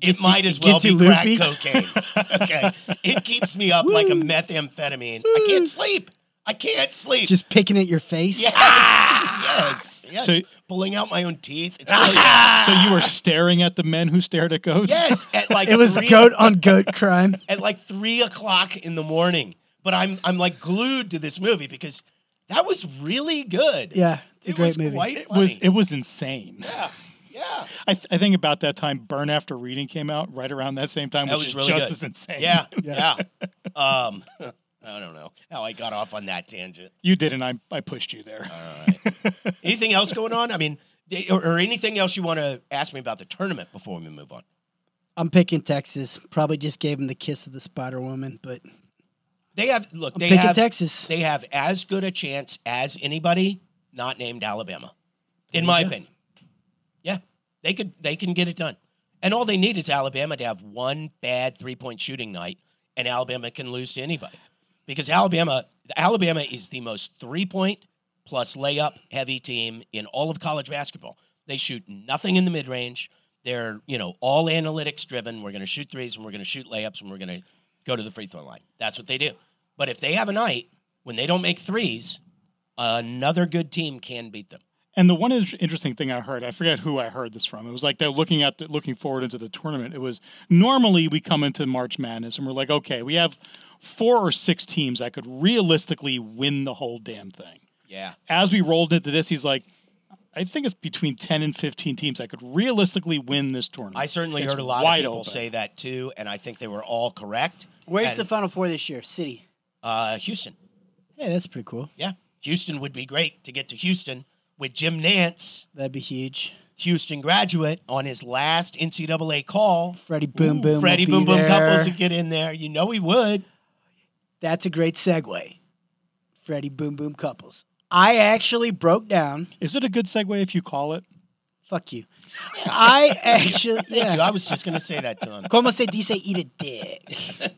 It
Gets you-
might as
it
well
gets
be
you
crack
loopy.
cocaine. Okay, it keeps me up like a
Woo.
methamphetamine. I can't sleep. I can't sleep.
Just ah! picking at your face.
yes, yes, yes.
So-
Pulling out my own teeth.
Ah!
It's really bad.
So you were staring at the men who stared at goats.
yes, at like
It was
three,
goat on goat crime.
at like three o'clock in the morning. But I'm I'm like glued to this movie because that was really good.
Yeah, it's a
it
great
was
movie.
Quite
It
funny.
was it was insane.
yeah, yeah,
I, th- I think about that time, Burn After Reading came out right around that same time,
That
which
was
is
really
just
good.
as insane.
yeah, yeah. Um, I don't know how I got off on that tangent.
you did, and I I pushed you there.
All right. anything else going on? I mean, they- or, or anything else you want to ask me about the tournament before we move on?
I'm picking Texas. Probably just gave him the kiss of the Spider Woman, but I'm
They have look. They
picking
have
Texas.
they have as good a chance as anybody not named Alabama, in my
Yeah.
opinion. Yeah, they could they can get it done, and all they need is Alabama to have one bad three point shooting night, and Alabama can lose to anybody, because Alabama Alabama is the most three point plus layup heavy team in all of college basketball. They shoot nothing in the mid range. They're you know all analytics driven. We're going to shoot threes and we're going to shoot layups and we're going to go to the free throw line. That's what they do. But if they have a night when they don't make threes, another good team can beat them.
And the one in- interesting thing I heard, I forget who I heard this from. It was like they're looking at the, looking forward into the tournament. It was normally we come into March Madness and we're like, okay, we have four or six teams that could realistically win the whole damn thing.
Yeah.
As we rolled into this, he's like, I think it's between ten and fifteen teams that could realistically win this tournament.
I certainly
It's
heard a lot of
wide
people
open.
say that too, and I think they were all correct.
Where's
and,
the Final Four this year? City.
uh, Houston?
Hey, that's pretty cool.
Yeah, Houston would be great to get to Houston with Jim Nance,
That'd be huge.
Houston graduate, on his last NCAA call.
Freddie Boom Boom. will
Freddie
be
Boom Boom
there.
couples would get in there. You know he would.
That's a great segue. Freddie Boom Boom couples. I actually broke down.
Is it a good segue if you call it?
Fuck you. I actually.
Dude,
Yeah.
I was just gonna say that to him.
Como se dice eat a dick?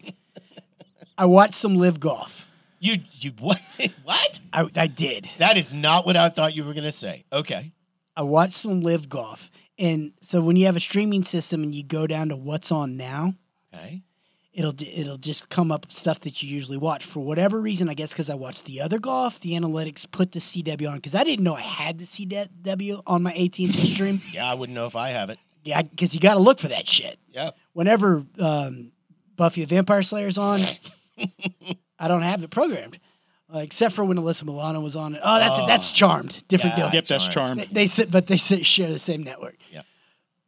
I watched some live golf.
You you what what?
I, I did.
That is not what I thought you were gonna say. Okay.
I watched some live golf. And so when you have a streaming system and you go down to what's on now,
Okay.
it'll d- it'll just come up with stuff that you usually watch for whatever reason. I guess because I watched the other golf, the analytics put the CW on because I didn't know I had the CW on my AT and T stream.
Yeah, I wouldn't know if I have it.
Yeah, because you got to look for that shit.
Yeah.
Whenever um, Buffy the Vampire Slayer's on, I don't have it programmed, uh, except for when Alyssa Milano was on it. Oh, that's
Oh.
that's Charmed, different
Yeah.
deal.
Yep,
Yep, that's
Charmed.
charmed.
They, they sit, but they sit, share the same network.
Yeah.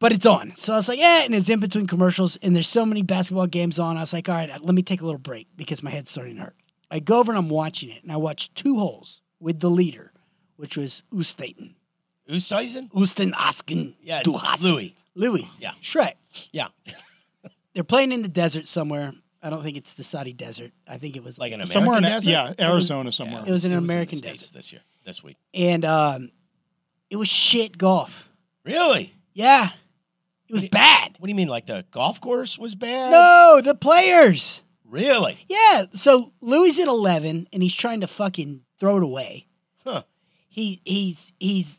But it's on. So I was like, yeah, and it's in between commercials, and there's so many basketball games on. I was like, all right, let me take a little break because my head's starting to hurt. I go over and I'm watching it, and I watch two holes with the leader, which was Ustaten.
Ustaisen?
Usten Asken.
Yes.
Duhasen.
Louis.
Louis.
Yeah.
Shrek.
Yeah.
They're playing in the desert somewhere. I don't think it's the Saudi desert. I think it was
Like an American
somewhere in
desert?
yeah, Arizona somewhere.
It was an
in the
American
States
desert.
this year, this week.
and um, it was shit golf.
Really?
Yeah, it was
Yeah.
bad.
What do you mean? Like the golf course was bad?
No, the players.
Really?
Yeah. So Louis at eleven, and he's trying to fucking throw it away.
Huh.
He he's he's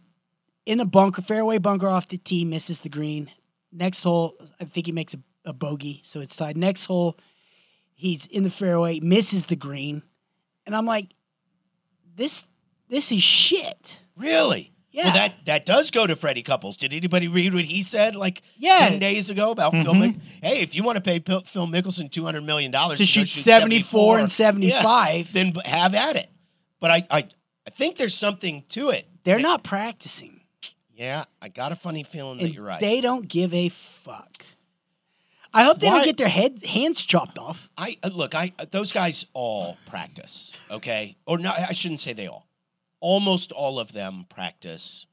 in a bunker fairway bunker off the tee, misses the green. Next hole, I think he makes a, a bogey, so it's tied. Next hole, he's in the fairway, misses the green, and I'm like, this this is shit.
Really?
Yeah.
Well, that that does go to Freddie Couples. Did anybody read what he said like
Yeah. Mm-hmm.
10 days ago about
Mhm.
Phil? Mick- hey, if you want to pay Phil, Phil Mickelson two hundred million dollars
to shoot 74 and 75
then b- have at it. But I, I I think there's something to it.
they're not practicing
Yeah, I got a funny feeling that
and
you're right.
they don't give a fuck I hope they
Why-
don't get their head hands chopped off.
I uh, look, I uh, those guys all practice, okay? Or not I shouldn't say they all. Almost all of them practice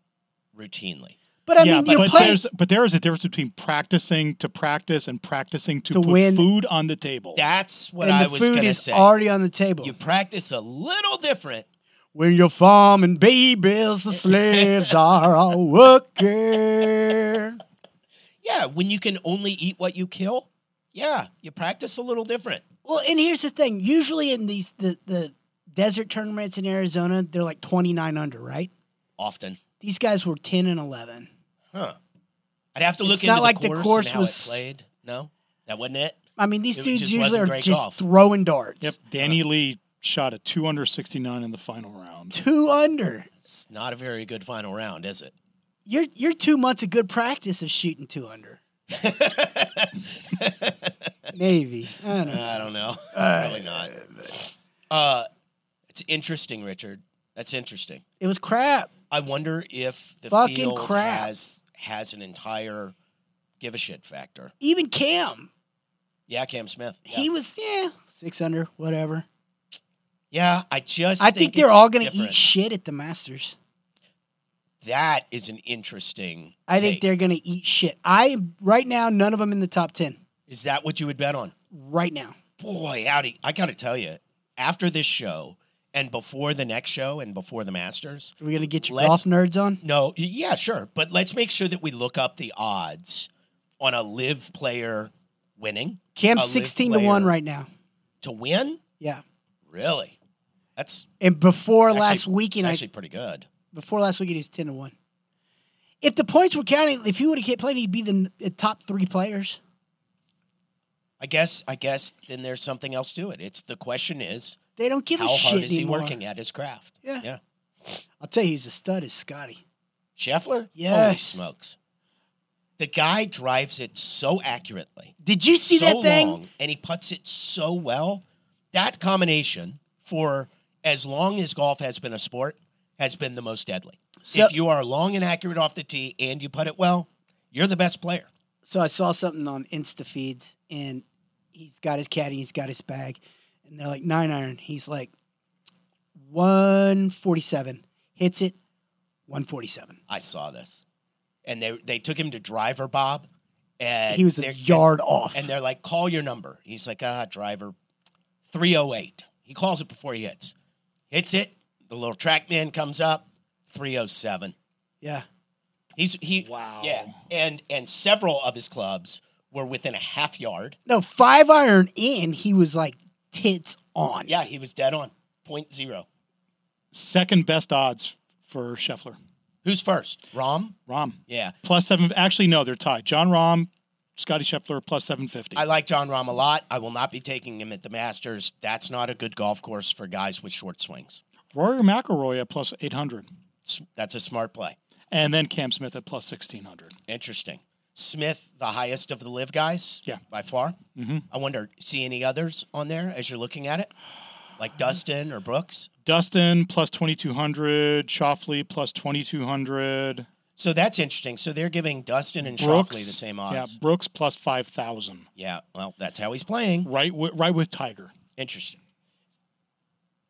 routinely.
But I
yeah,
mean,
but,
you're
but
playing.
there's but there is a difference between practicing to practice and practicing to,
To
put
win.
food on the table.
That's what
and
I
the
was
food
going to
is
say.
already on the table.
you practice a little different.
when you're farming babies, the slaves are all working.
Yeah, when you can only eat what you kill, yeah, you practice a little different.
Well, and here's the thing. Usually in these the, the desert tournaments in Arizona, they're like 29 under, right?
Often,
These guys were 10 and 11.
huh? I'd have to
It's
look into
not like the
the course,
course
and how
was-
it played. No, that wasn't it.
I mean, these
It
dudes
just
usually
wasn't
are
Drake
just
Goff.
throwing darts.
uh,
Yep, Danny Lee shot a two under sixty nine in the final round.
Two under.
It's not a very good final round, is it?
You're you're two months of good practice of shooting two under. Maybe. I don't know.
I don't know. Probably not. Uh, it's interesting, Richard. That's interesting.
It was crap.
I wonder if the
Fucking
field
crap.
has has an entire give a shit factor.
Even Cam,
Yeah, Cam Smith. Yeah,
he was yeah six under, whatever.
yeah I just
I think, they're
it's
all gonna
different.
eat shit at the Masters.
That is an interesting.
I think
take.
they're gonna eat shit. I right now none of them in the top ten.
Is that what you would bet on?
Right now,
Boy, howdy! I gotta tell you, after this show and before the next show and before the Masters,
are we gonna get your
Let's-
golf nerds on?
No, y- yeah, sure. But let's make sure that we look up the odds on a live player winning
Cam's
a live
sixteen to one
player.
right now.
to win.
Yeah,
Really? That's
and before
Actually-
last weekend, I
actually pretty good.
before last weekend he was ten to one. If the points were counting, if he would have played, he'd be the n- the top three players.
I guess I guess then there's something else to it. It's the question is
They don't give
how
a shit
hard is he
anymore.
working at his craft?
Yeah.
Yeah.
I'll tell you, he's a stud. Is Scotty?
Scheffler? Holy
Yes.
smokes. The guy drives it so accurately.
Did you see
so
that thing?
long, and he puts it so well. That combination for as long as golf has been a sport has been the most deadly.
So-
if you are long and accurate off the tee and you putt it well, you're the best player.
So I saw something on Insta feeds, and he's got his caddy, he's got his bag, and they're like nine iron. He's like one forty seven, hits it one forty seven.
I saw this, and they they took him to driver Bob, and
He was a
they're-
yard off.
And they're like, "Call your number." He's like, "Ah, driver, 308." He calls it before he hits. Hits it. The little track man comes up, 307.
yeah,
He's he
Wow.
Yeah, and and several of his clubs were within a half yard.
no five iron in. He was like tits on.
Yeah, he was dead on point zero.
Second best odds for Scheffler.
Who's first? Rom.
Rom
Yeah,
plus seven. Actually, no, they're tied. John Rom, Scotty Scheffler plus seven fifty.
I like John Rom a lot. I will not be taking him at the Masters. That's not a good golf course for guys with short swings.
Rory McIlroy at plus eight hundred,
S- That's a smart play.
and then Cam Smith at plus sixteen hundred.
Interesting. Smith, the highest of the live guys.
Yeah.
by far.
Mhm.
I wonder, see any others on there as you're looking at it, like Dustin or Brooks.
Dustin plus twenty two hundred. Shoffley plus twenty two hundred.
So that's interesting. So they're giving Dustin and Shoffley the same odds.
Yeah, Brooks plus five thousand.
yeah. Well, that's how he's playing.
Right, wi- right with Tiger.
Interesting.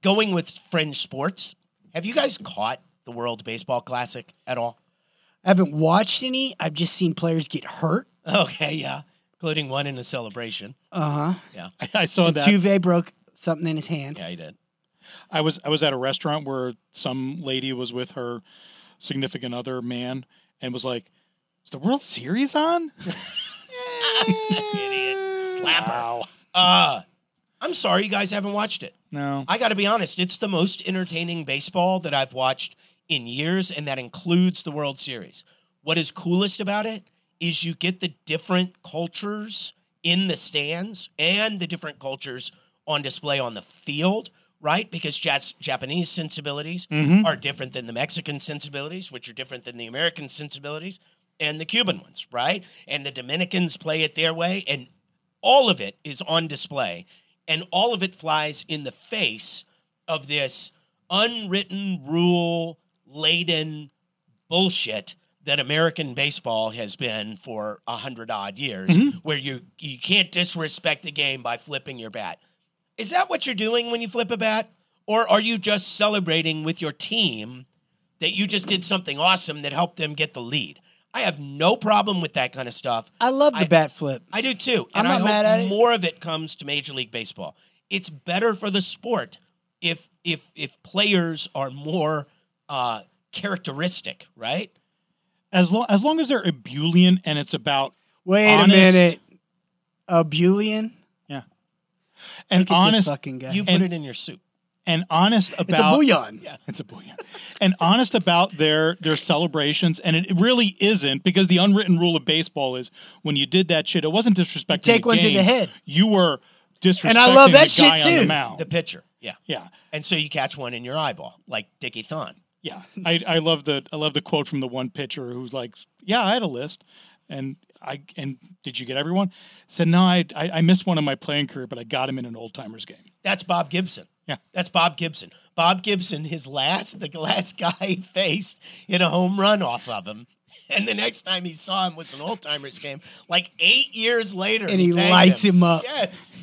Going with fringe sports, have you guys caught the World Baseball Classic at all?
I haven't watched any. I've just seen players get hurt.
Okay, yeah, including one in a celebration.
Uh huh.
I, I Uh-huh. saw that.
Tuve broke something in his hand.
Yeah, he did.
I was I was at a restaurant where some lady was with her significant other man and was like, "Is the World Series on?"
Idiot. Slapper. Uh, I'm sorry you guys haven't watched it.
No.
I got to be honest, it's the most entertaining baseball that I've watched in years, and that includes the World Series. What is coolest about it is you get the different cultures in the stands and the different cultures on display on the field, right? Because Jas- Japanese sensibilities
Mhm.
are different than the Mexican sensibilities, which are different than the American sensibilities and the Cuban ones, right? And the Dominicans play it their way, and all of it is on display, and all of it flies in the face of this unwritten rule laden bullshit that American baseball has been for a hundred odd years, where you you can't disrespect the game by flipping your bat. Is that what you're doing when you flip a bat, or are you just celebrating with your team that you just did something awesome that helped them get the lead? I have no problem with that kind of stuff.
I love the
I-
bat flip.
I do too. And
I'm
I
not
hope
mad at it.
more of it comes to Major League Baseball. It's better for the sport if if if players are more uh, characteristic, right?
As, lo- as long as they're ebullient and it's about
Wait
honest-
a minute. Abulian? Look
and
at this
honest
fucking guy.
You put
And-
it in your soup.
and honest
It's a
about
bouillon.
Yeah, it's a booyah. and honest about their their celebrations, and it really isn't because the unwritten rule of baseball is when you did that shit, it wasn't disrespecting.
Take
the
one to the
game.
head.
You were disrespecting.
And I love that
the
shit
guy on the
too.
mound.
The pitcher, yeah.
yeah,
And so you catch one in your eyeball, like Dickie Thon.
yeah. I, I love the I love the quote from the one pitcher who's like, "Yeah, I had a list, and I and did you get everyone?" Said, "No, I I, I missed one in my playing career, but I got him in an old timers game."
That's Bob Gibson.
Yeah.
That's Bob Gibson. Bob Gibson, his last, the last guy he faced, hit a home run off of him. And the next time he saw him was an old timers game, like eight years later.
And he
banged
lights him up.
Yes.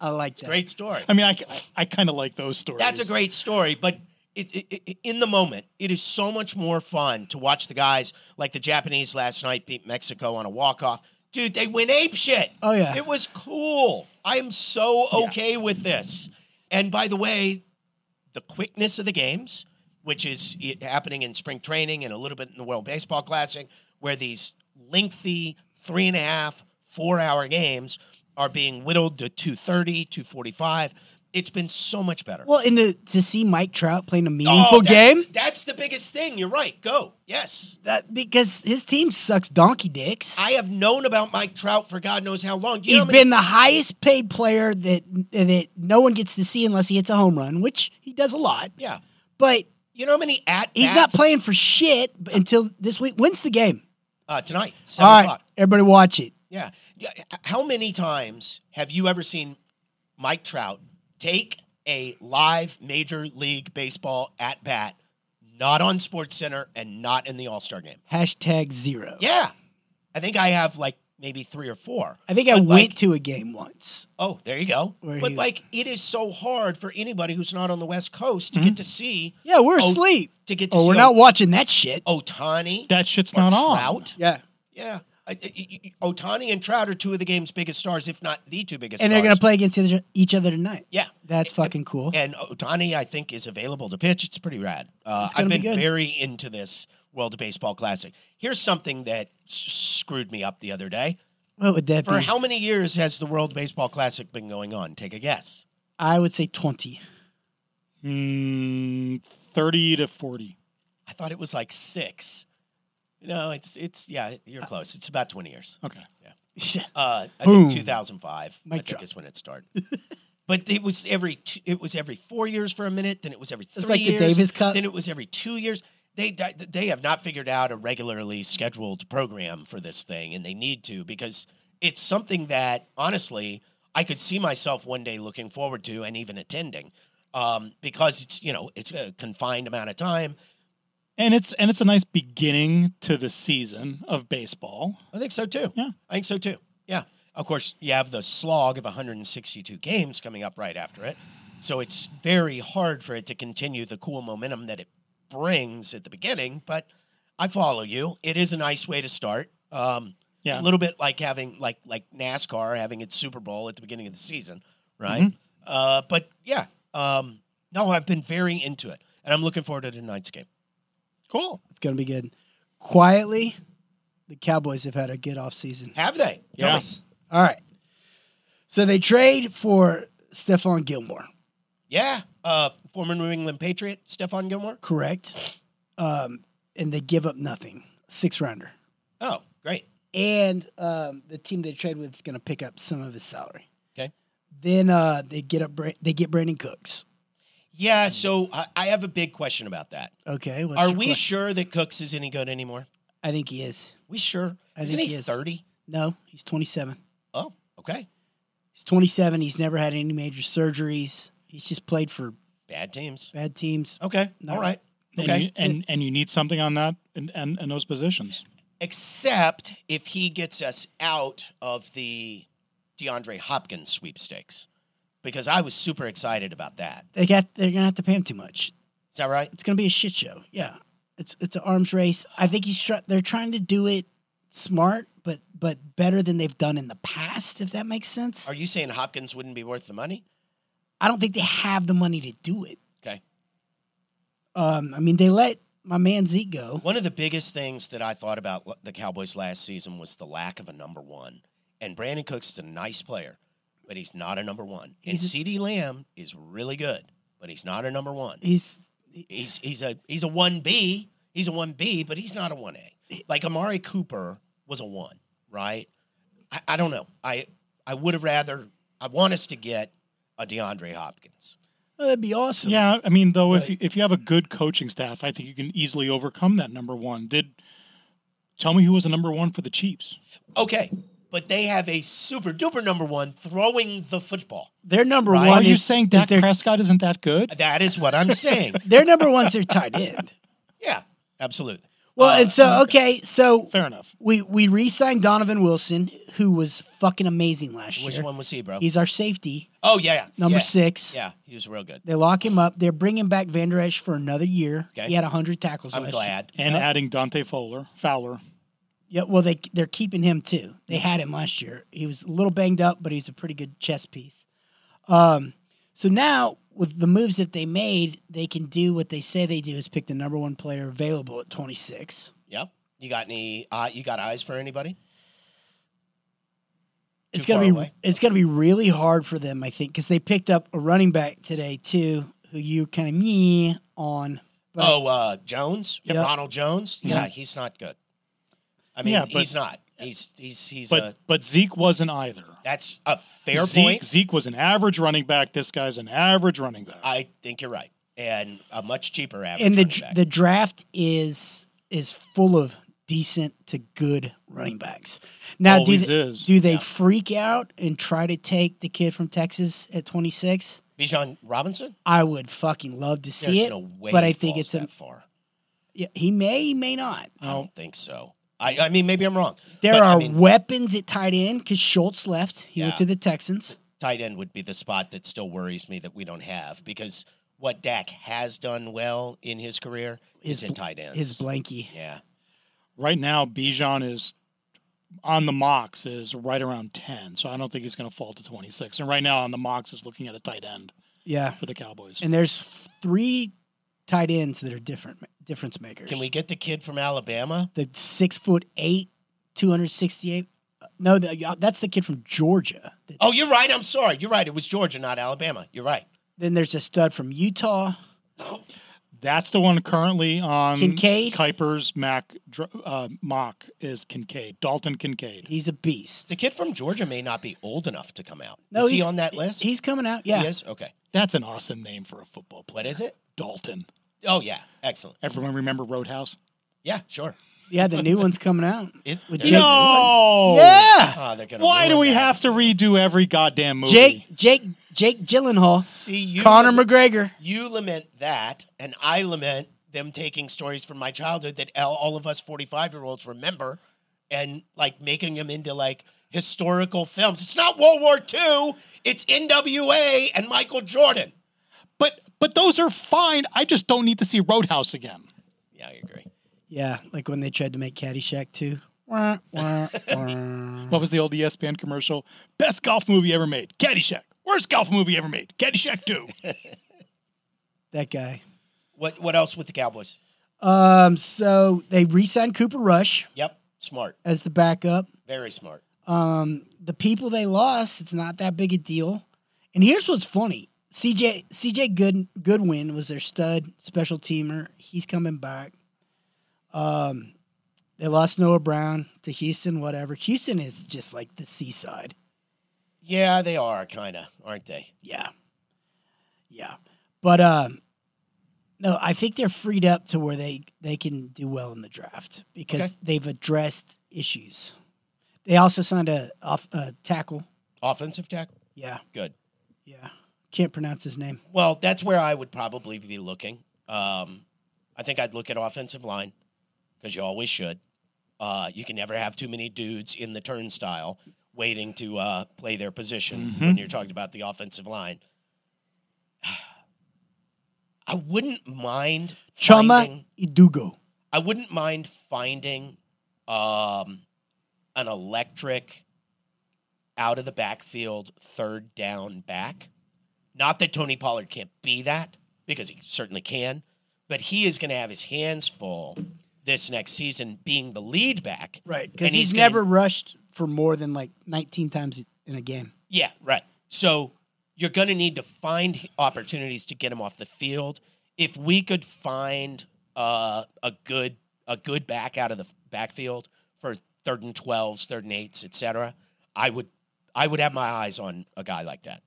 I like that.
Great story.
I mean, I I kind of like those stories.
That's a great story, but it, it, it, in the moment, it is so much more fun to watch the guys like the Japanese last night beat Mexico on a walk off. Dude, they went ape shit.
Oh, yeah.
it was cool. I am so
Yeah.
okay with this. And by the way, the quickness of the games, which is i- happening in spring training and a little bit in the World Baseball Classic, where these lengthy three and a half, four hour games are being whittled to 230, 245. It's been so much better.
Well, in the to see Mike Trout playing a meaningful
Oh, that's-
game,
That's the biggest thing. You're right. Go. Yes.
that, because his team sucks donkey dicks.
I have known about Mike Trout for God knows how long. You
He's
know how many-
been the highest paid player that that no one gets to see unless he hits a home run, which he does a lot.
Yeah.
But
You know how many at
he's not playing for shit until this week. When's the game?
uh, tonight. Seven
All right,
o'clock.
everybody watch it.
Yeah. Yeah. How many times have you ever seen Mike Trout take a live Major League Baseball at bat, not on Sports Center and not in the All Star game?
Hashtag zero.
Yeah. I think I have like maybe three or four.
I think I
But,
went
like-
to a game once.
Oh, there you go.
Where
but
he-
like, it is so hard for anybody who's not on the West Coast to get to see
Mm-hmm. Yeah, we're
Oh,
asleep.
to get to
Oh,
see
we're not watching that shit.
Otani.
That shit's not on.
Trout.
Yeah.
Oh, Yeah, Otani and Trout are two of the game's biggest stars, if not the two biggest.
And they're going
stars.
to play against each- each other tonight.
Yeah,
That's fucking cool.
and Otani, I think, is available to pitch. It's pretty rad. Uh,
It's
I've
gonna be
been
good.
very into this World Baseball Classic. Here's something that s- screwed me up the other day.
What would that
For
be?
how many years has the World Baseball Classic been going on? Take a guess.
I would say 20.
Mm, Thirty to forty.
I thought it was like six. No, it's it's yeah, you're
Uh,
close. It's about twenty years.
Okay.
Uh, I
Boom.
think 2005. I
Mic
think
drop.
is when it started. but it was every two, it was every four years for a minute. Then it was every three
It's like the
years.
Davis Cup.
Then it was every two years. They di- they have not figured out a regularly scheduled program for this thing, and they need to because it's something that honestly I could see myself one day looking forward to and even attending. Um, because it's you know it's a confined amount of time.
And it's and it's a nice beginning to the season of baseball.
I think so too.
Yeah.
I think so too. Yeah. Of course, you have the slog of 162 games coming up right after it. So it's very hard for it to continue the cool momentum that it brings at the beginning. But I follow you. It is a nice way to start. Um, It's
Yeah.
a little bit like having like like NASCAR having its Super Bowl at the beginning of the season, right?
Mm-hmm.
Uh, but yeah, um, no, I've been very into it, and I'm looking forward to tonight's game.
Cool.
It's going to be good. Quietly, the Cowboys have had a good offseason.
Have they? Tell
Yeah.
me.
All right. So they trade for Stephon Gilmore,
Yeah. Uh, former New England Patriot Stephon Gilmore.
correct? Um, and they give up nothing. Six rounder.
Oh, great.
And um, the team they trade with is going to pick up some of his salary.
Okay.
Then uh, they get up. Bra- they get Brandon Cooks.
Yeah, so I, I have a big question about that.
Okay. what's
Are
your
we
question?
sure that Cooks is any good anymore?
I think he is.
We sure?
I
Isn't
think
he
he is.
30?
No, he's 27.
Oh, okay.
He's 27. He's never had any major surgeries. He's just played for
Bad teams.
bad teams.
Okay.
No.
All right.
And
Okay.
you, and, and you need something on that in, in, in those positions.
except if he gets us out of the DeAndre Hopkins sweepstakes, because I was super excited about that.
They got they're gonna have to pay him too much.
Is that right?
It's gonna be a shit show. Yeah, it's it's an arms race. I think he's try- they're trying to do it smart, but but better than they've done in the past. If that makes sense.
Are you saying Hopkins wouldn't be worth the money?
I don't think they have the money to do it.
Okay.
Um, I mean, they let my man Zeke go.
One of the biggest things that I thought about l- the Cowboys last season was the lack of a number one. And Brandon Cooks is a nice player, but he's not a number one. And
He's a-
CD Lamb is really good, but he's not a number one.
He's
He's he's a he's a one B. He's a one B, but he's not a one A. Like Amari Cooper was a one, right? I, I don't know. I I would have rather I want us to get a DeAndre Hopkins.
oh, that'd be awesome.
Yeah, I mean, though, if
Right.
you, if you have a good coaching staff, I think you can easily overcome that number one. Did tell me who was the number one for the Chiefs?
Okay, but they have a super duper number one throwing the football.
their number
Right.
one.
Are you
is-
saying
is
Dak
their,
Prescott isn't that good?
That is what I'm saying.
their number one's their tight end?
yeah, absolutely.
Well,
Uh,
and so okay, so
Fair enough.
we we re-signed Donovan Wilson, who was fucking amazing last
which
year.
one was he, bro?
He's our safety,
oh yeah, yeah.
number
yeah,
six.
Yeah, he was real good.
They lock him up. They're bringing back Van Der Esch for another year.
Okay.
He had 100 tackles
I'm
last year.
glad.
And
Yep.
adding Dante Fowler, Fowler.
Yeah, well, they they're keeping him too. They had him last year. He was a little banged up, but he's a pretty good chess piece. Um, so now with the moves that they made, they can do what they say they do is pick the number one player available at 26.
Yep. You got any? Uh, you got eyes for anybody?
It's
Too far
gonna be
away?
it's gonna be really hard for them, I think, because they picked up a running back today too, who you kind of me on. But
oh, uh, Jones,
Yep.
Ronald Jones. Yeah, he's not good. I mean,
Yeah, but-
he's not. He's he's he's
But
a.
but Zeke wasn't either.
That's a fair
Zeke,
point.
Zeke was an average running back. This guy's an average running back.
I think you're right, and a much cheaper average.
and the
running
dr-
back.
the draft is is full of decent to good running backs. Now, do
Always
they,
is.
do they
Yeah.
freak out and try to take the kid from Texas at 26?
Bijan Robinson.
I would fucking love to see
There's
it.
no way.
but
he
I think
falls
it's
that
an-
far.
Yeah, he may, he may not.
I
No.
don't think so. I, I mean, maybe I'm wrong.
Um, There
Uh, But, I
are
mean-
weapons at tight end because Schultz left. He went
Yeah.
to the Texans.
Tight end would be the spot that still worries me that we don't have because what Dak has done well in his career
His
is at
bl-
tight ends.
His blankie.
Yeah.
right now, Bijan is on the mocks is right around ten. So I don't think he's going to fall to twenty six. And right now on the mocks is looking at a tight end
Yeah.
for the Cowboys.
And there's three tight ends that are different difference makers.
Can we get the kid from Alabama?
the six foot eight, 268. uh, No, the, that's the kid from Georgia. That's-
Oh, you're right. I'm sorry. You're right. It was Georgia, not Alabama. You're right.
Then there's a stud from Utah.
That's the one currently on
Kincaid?
Kuiper's Mac dr- uh, mock is Kincaid, Dalton Kincaid.
He's a beast.
The kid from Georgia may not be old enough to come out.
No,
is he
he's-
on that list?
He's coming out. Yeah.
He is? Okay.
That's an awesome name for a football player.
What is it?
Dalton.
Oh, yeah. Excellent.
Everyone remember Roadhouse?
Yeah, sure.
Yeah, the new one's coming out.
Is,
With
there's
Jake-
a new one?
No.
Yeah.
Ah, they're gonna
Why do
ruin
we
that.
have to redo every goddamn movie?
Jake, Jake, Jake Gyllenhaal,
See, you,
Conor McGregor.
you lament that, and I lament them taking stories from my childhood that all- all of us 45 year olds remember and like making them into like historical films. It's not World War II, it's NWA and Michael Jordan.
But but those are fine. I just don't need to see Roadhouse again.
Yeah, I agree.
Yeah, like when they tried to make Caddyshack too. Wah, wah, wah.
What was the old E ESPN commercial? Best golf movie ever made. Caddyshack. Worst golf movie ever made. Caddyshack 2.
that guy.
What what else with the Cowboys?
Um, so they re-signed Cooper Rush
Yep, smart,
as the backup.
very smart.
Um, the people they lost, it's not that big a deal. And here's what's funny: CJ CJ Good, Goodwin was their stud special teamer. He's coming back. Um, they lost Noah Brown to Houston. Whatever. Houston is just like the seaside.
Yeah, they are kind of, aren't they?
Yeah, yeah. But um, no, I think they're freed up to where they they can do well in the draft because
Okay.
they've addressed issues. They also signed a off a tackle.
Offensive tackle,
Yeah.
good.
Yeah. Can't pronounce his name.
Well, that's where I would probably be looking. Um, I think I'd look at offensive line because you always should. Uh, you can never have too many dudes in the turnstile waiting to uh, play their position when you're talking about the offensive line. I wouldn't mind finding-
Chama Idugo.
I wouldn't mind finding um, an electric out of the backfield third down back. Not that Tony Pollard can't be that because he certainly can, but he is going to have his hands full this next season being the lead back.
Right. Because
And
he's,
he's getting-
never rushed for more than like 19 times in a game.
Yeah, right. So you're going to need to find opportunities to get him off the field. If we could find uh, a good a good back out of the backfield for third and twelves, third and eights, etc., I would I would have my eyes on a guy like that.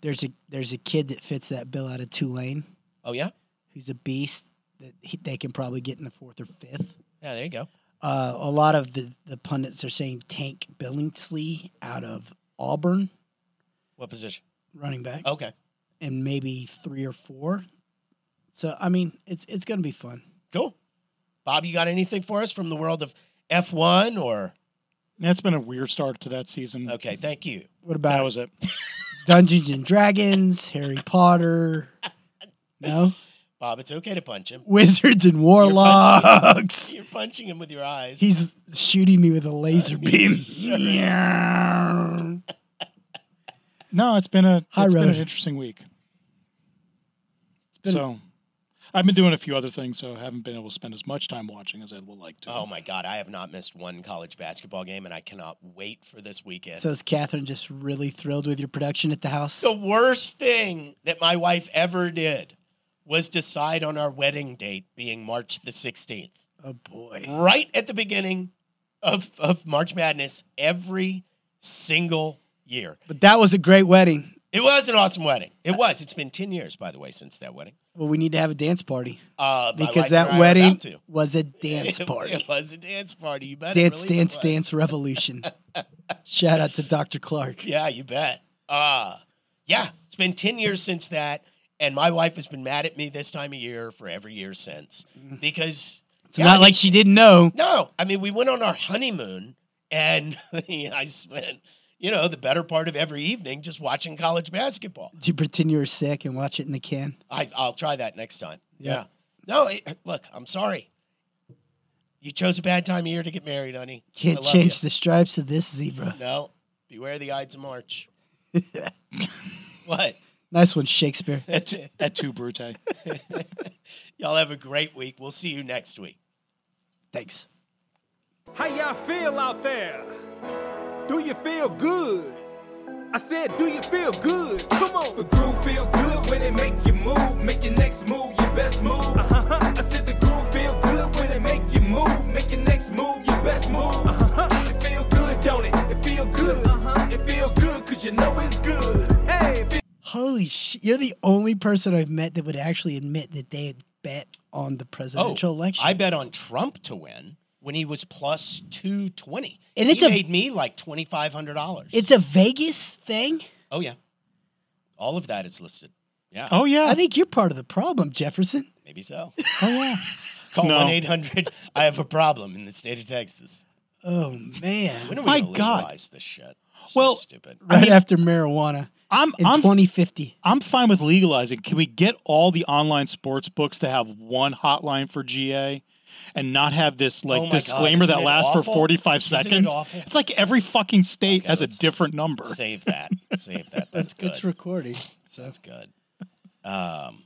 There's a there's a kid that fits that bill out of Tulane
Oh yeah,
who's a beast that he, they can probably get in the fourth or fifth.
yeah. There you go.
Uh, a lot of the, the pundits are saying Tank Billingsley out of Auburn,
What position?
running back,
Okay,
and maybe three or four. So I mean, it's it's gonna be fun.
cool. Bob, you got anything for us from the world of F one or?
That's been a weird start to that season.
Okay, thank you.
What
That
about
was it.
Dungeons and Dragons, Harry Potter? No,
Bob, it's okay to punch him.
wizards and warlocks.
You're punching him with your eyes.
He's shooting me with a laser beam.
No, it's been a
High
it's been
road.
an interesting week.
been-
so, i I've been doing a few other things, so I haven't been able to spend as much time watching as I would like to.
Oh my God, I have not missed one college basketball game, and I cannot wait for this weekend.
So is Catherine just really thrilled with your production at the house?
the worst thing that my wife ever did was decide on our wedding date being March the 16th.
Oh boy.
Right at the beginning of, of March Madness every single year.
But that was a great wedding.
It was an awesome wedding.
Uh,
It was. It's been 10 years, by the way, since that wedding.
Well, we need to have a dance party
Uh, my wife
because
and I
that
are
wedding
about to.
was a dance
It-
party.
It was a dance party. You better
Dance,
believe it
dance,
was.
dance revolution. Shout out to Dr. Clark.
Yeah, you bet. Uh yeah, it's been 10 years since that and my wife has been mad at me this time of year for every year since
Mm.
because
It's not like she didn't know.
No, I mean we went on our honeymoon and I spent you know the better part of every evening just watching college basketball.
Did you pretend you were sick and watch it in the can?
I I'll try that next time.
Yeah.
Yeah. No, it, look, I'm sorry. You chose a bad time of year to get married, honey. I
Can't
love
change
you.
the stripes of this zebra.
No. Beware the Ides of March. what?
Nice one, Shakespeare.
At, t- at two brute.
Y'all have a great week. We'll see you next week.
Thanks.
How y'all feel out there? Do you feel good? I said, do you feel good? Come on. The groove feel good when it make you move. Make your next move your best move. Uh-huh. I said the groove feel good when it make you move. Make your next move your best move. Uh-huh. It feel good, don't it? It feel good. Uh-huh. It feel good cause you know it's good. Hey,
Holy shit. You're the only person I've met that would actually admit that they had bet on the presidential election.
Oh, I bet on Trump to win when he was plus 220.
And it's
he
a-
made me like $2,500.
it's a Vegas thing.
oh, yeah. All of that is listed. Yeah.
Oh yeah.
I think you're part of the problem, Jefferson.
Maybe so.
oh yeah.
Call
No.
1 800. I have a problem in the state of Texas.
Oh man.
When are we
My
going to
God.
legalize this shit? So
Well,
stupid.
Right after marijuana
I'm
in
I'm
2050.
I'm fine with legalizing. Can we get all the online sports books to have one hotline for GA? And not have this like
Oh my God,
disclaimer
isn't
that
it
lasts
awful?
for forty five
Isn't it
seconds.
awful?
It's like every fucking state
Okay,
has a
let's-
different number.
Save that. Save that. That's good.
It's recording.
That's good. Um,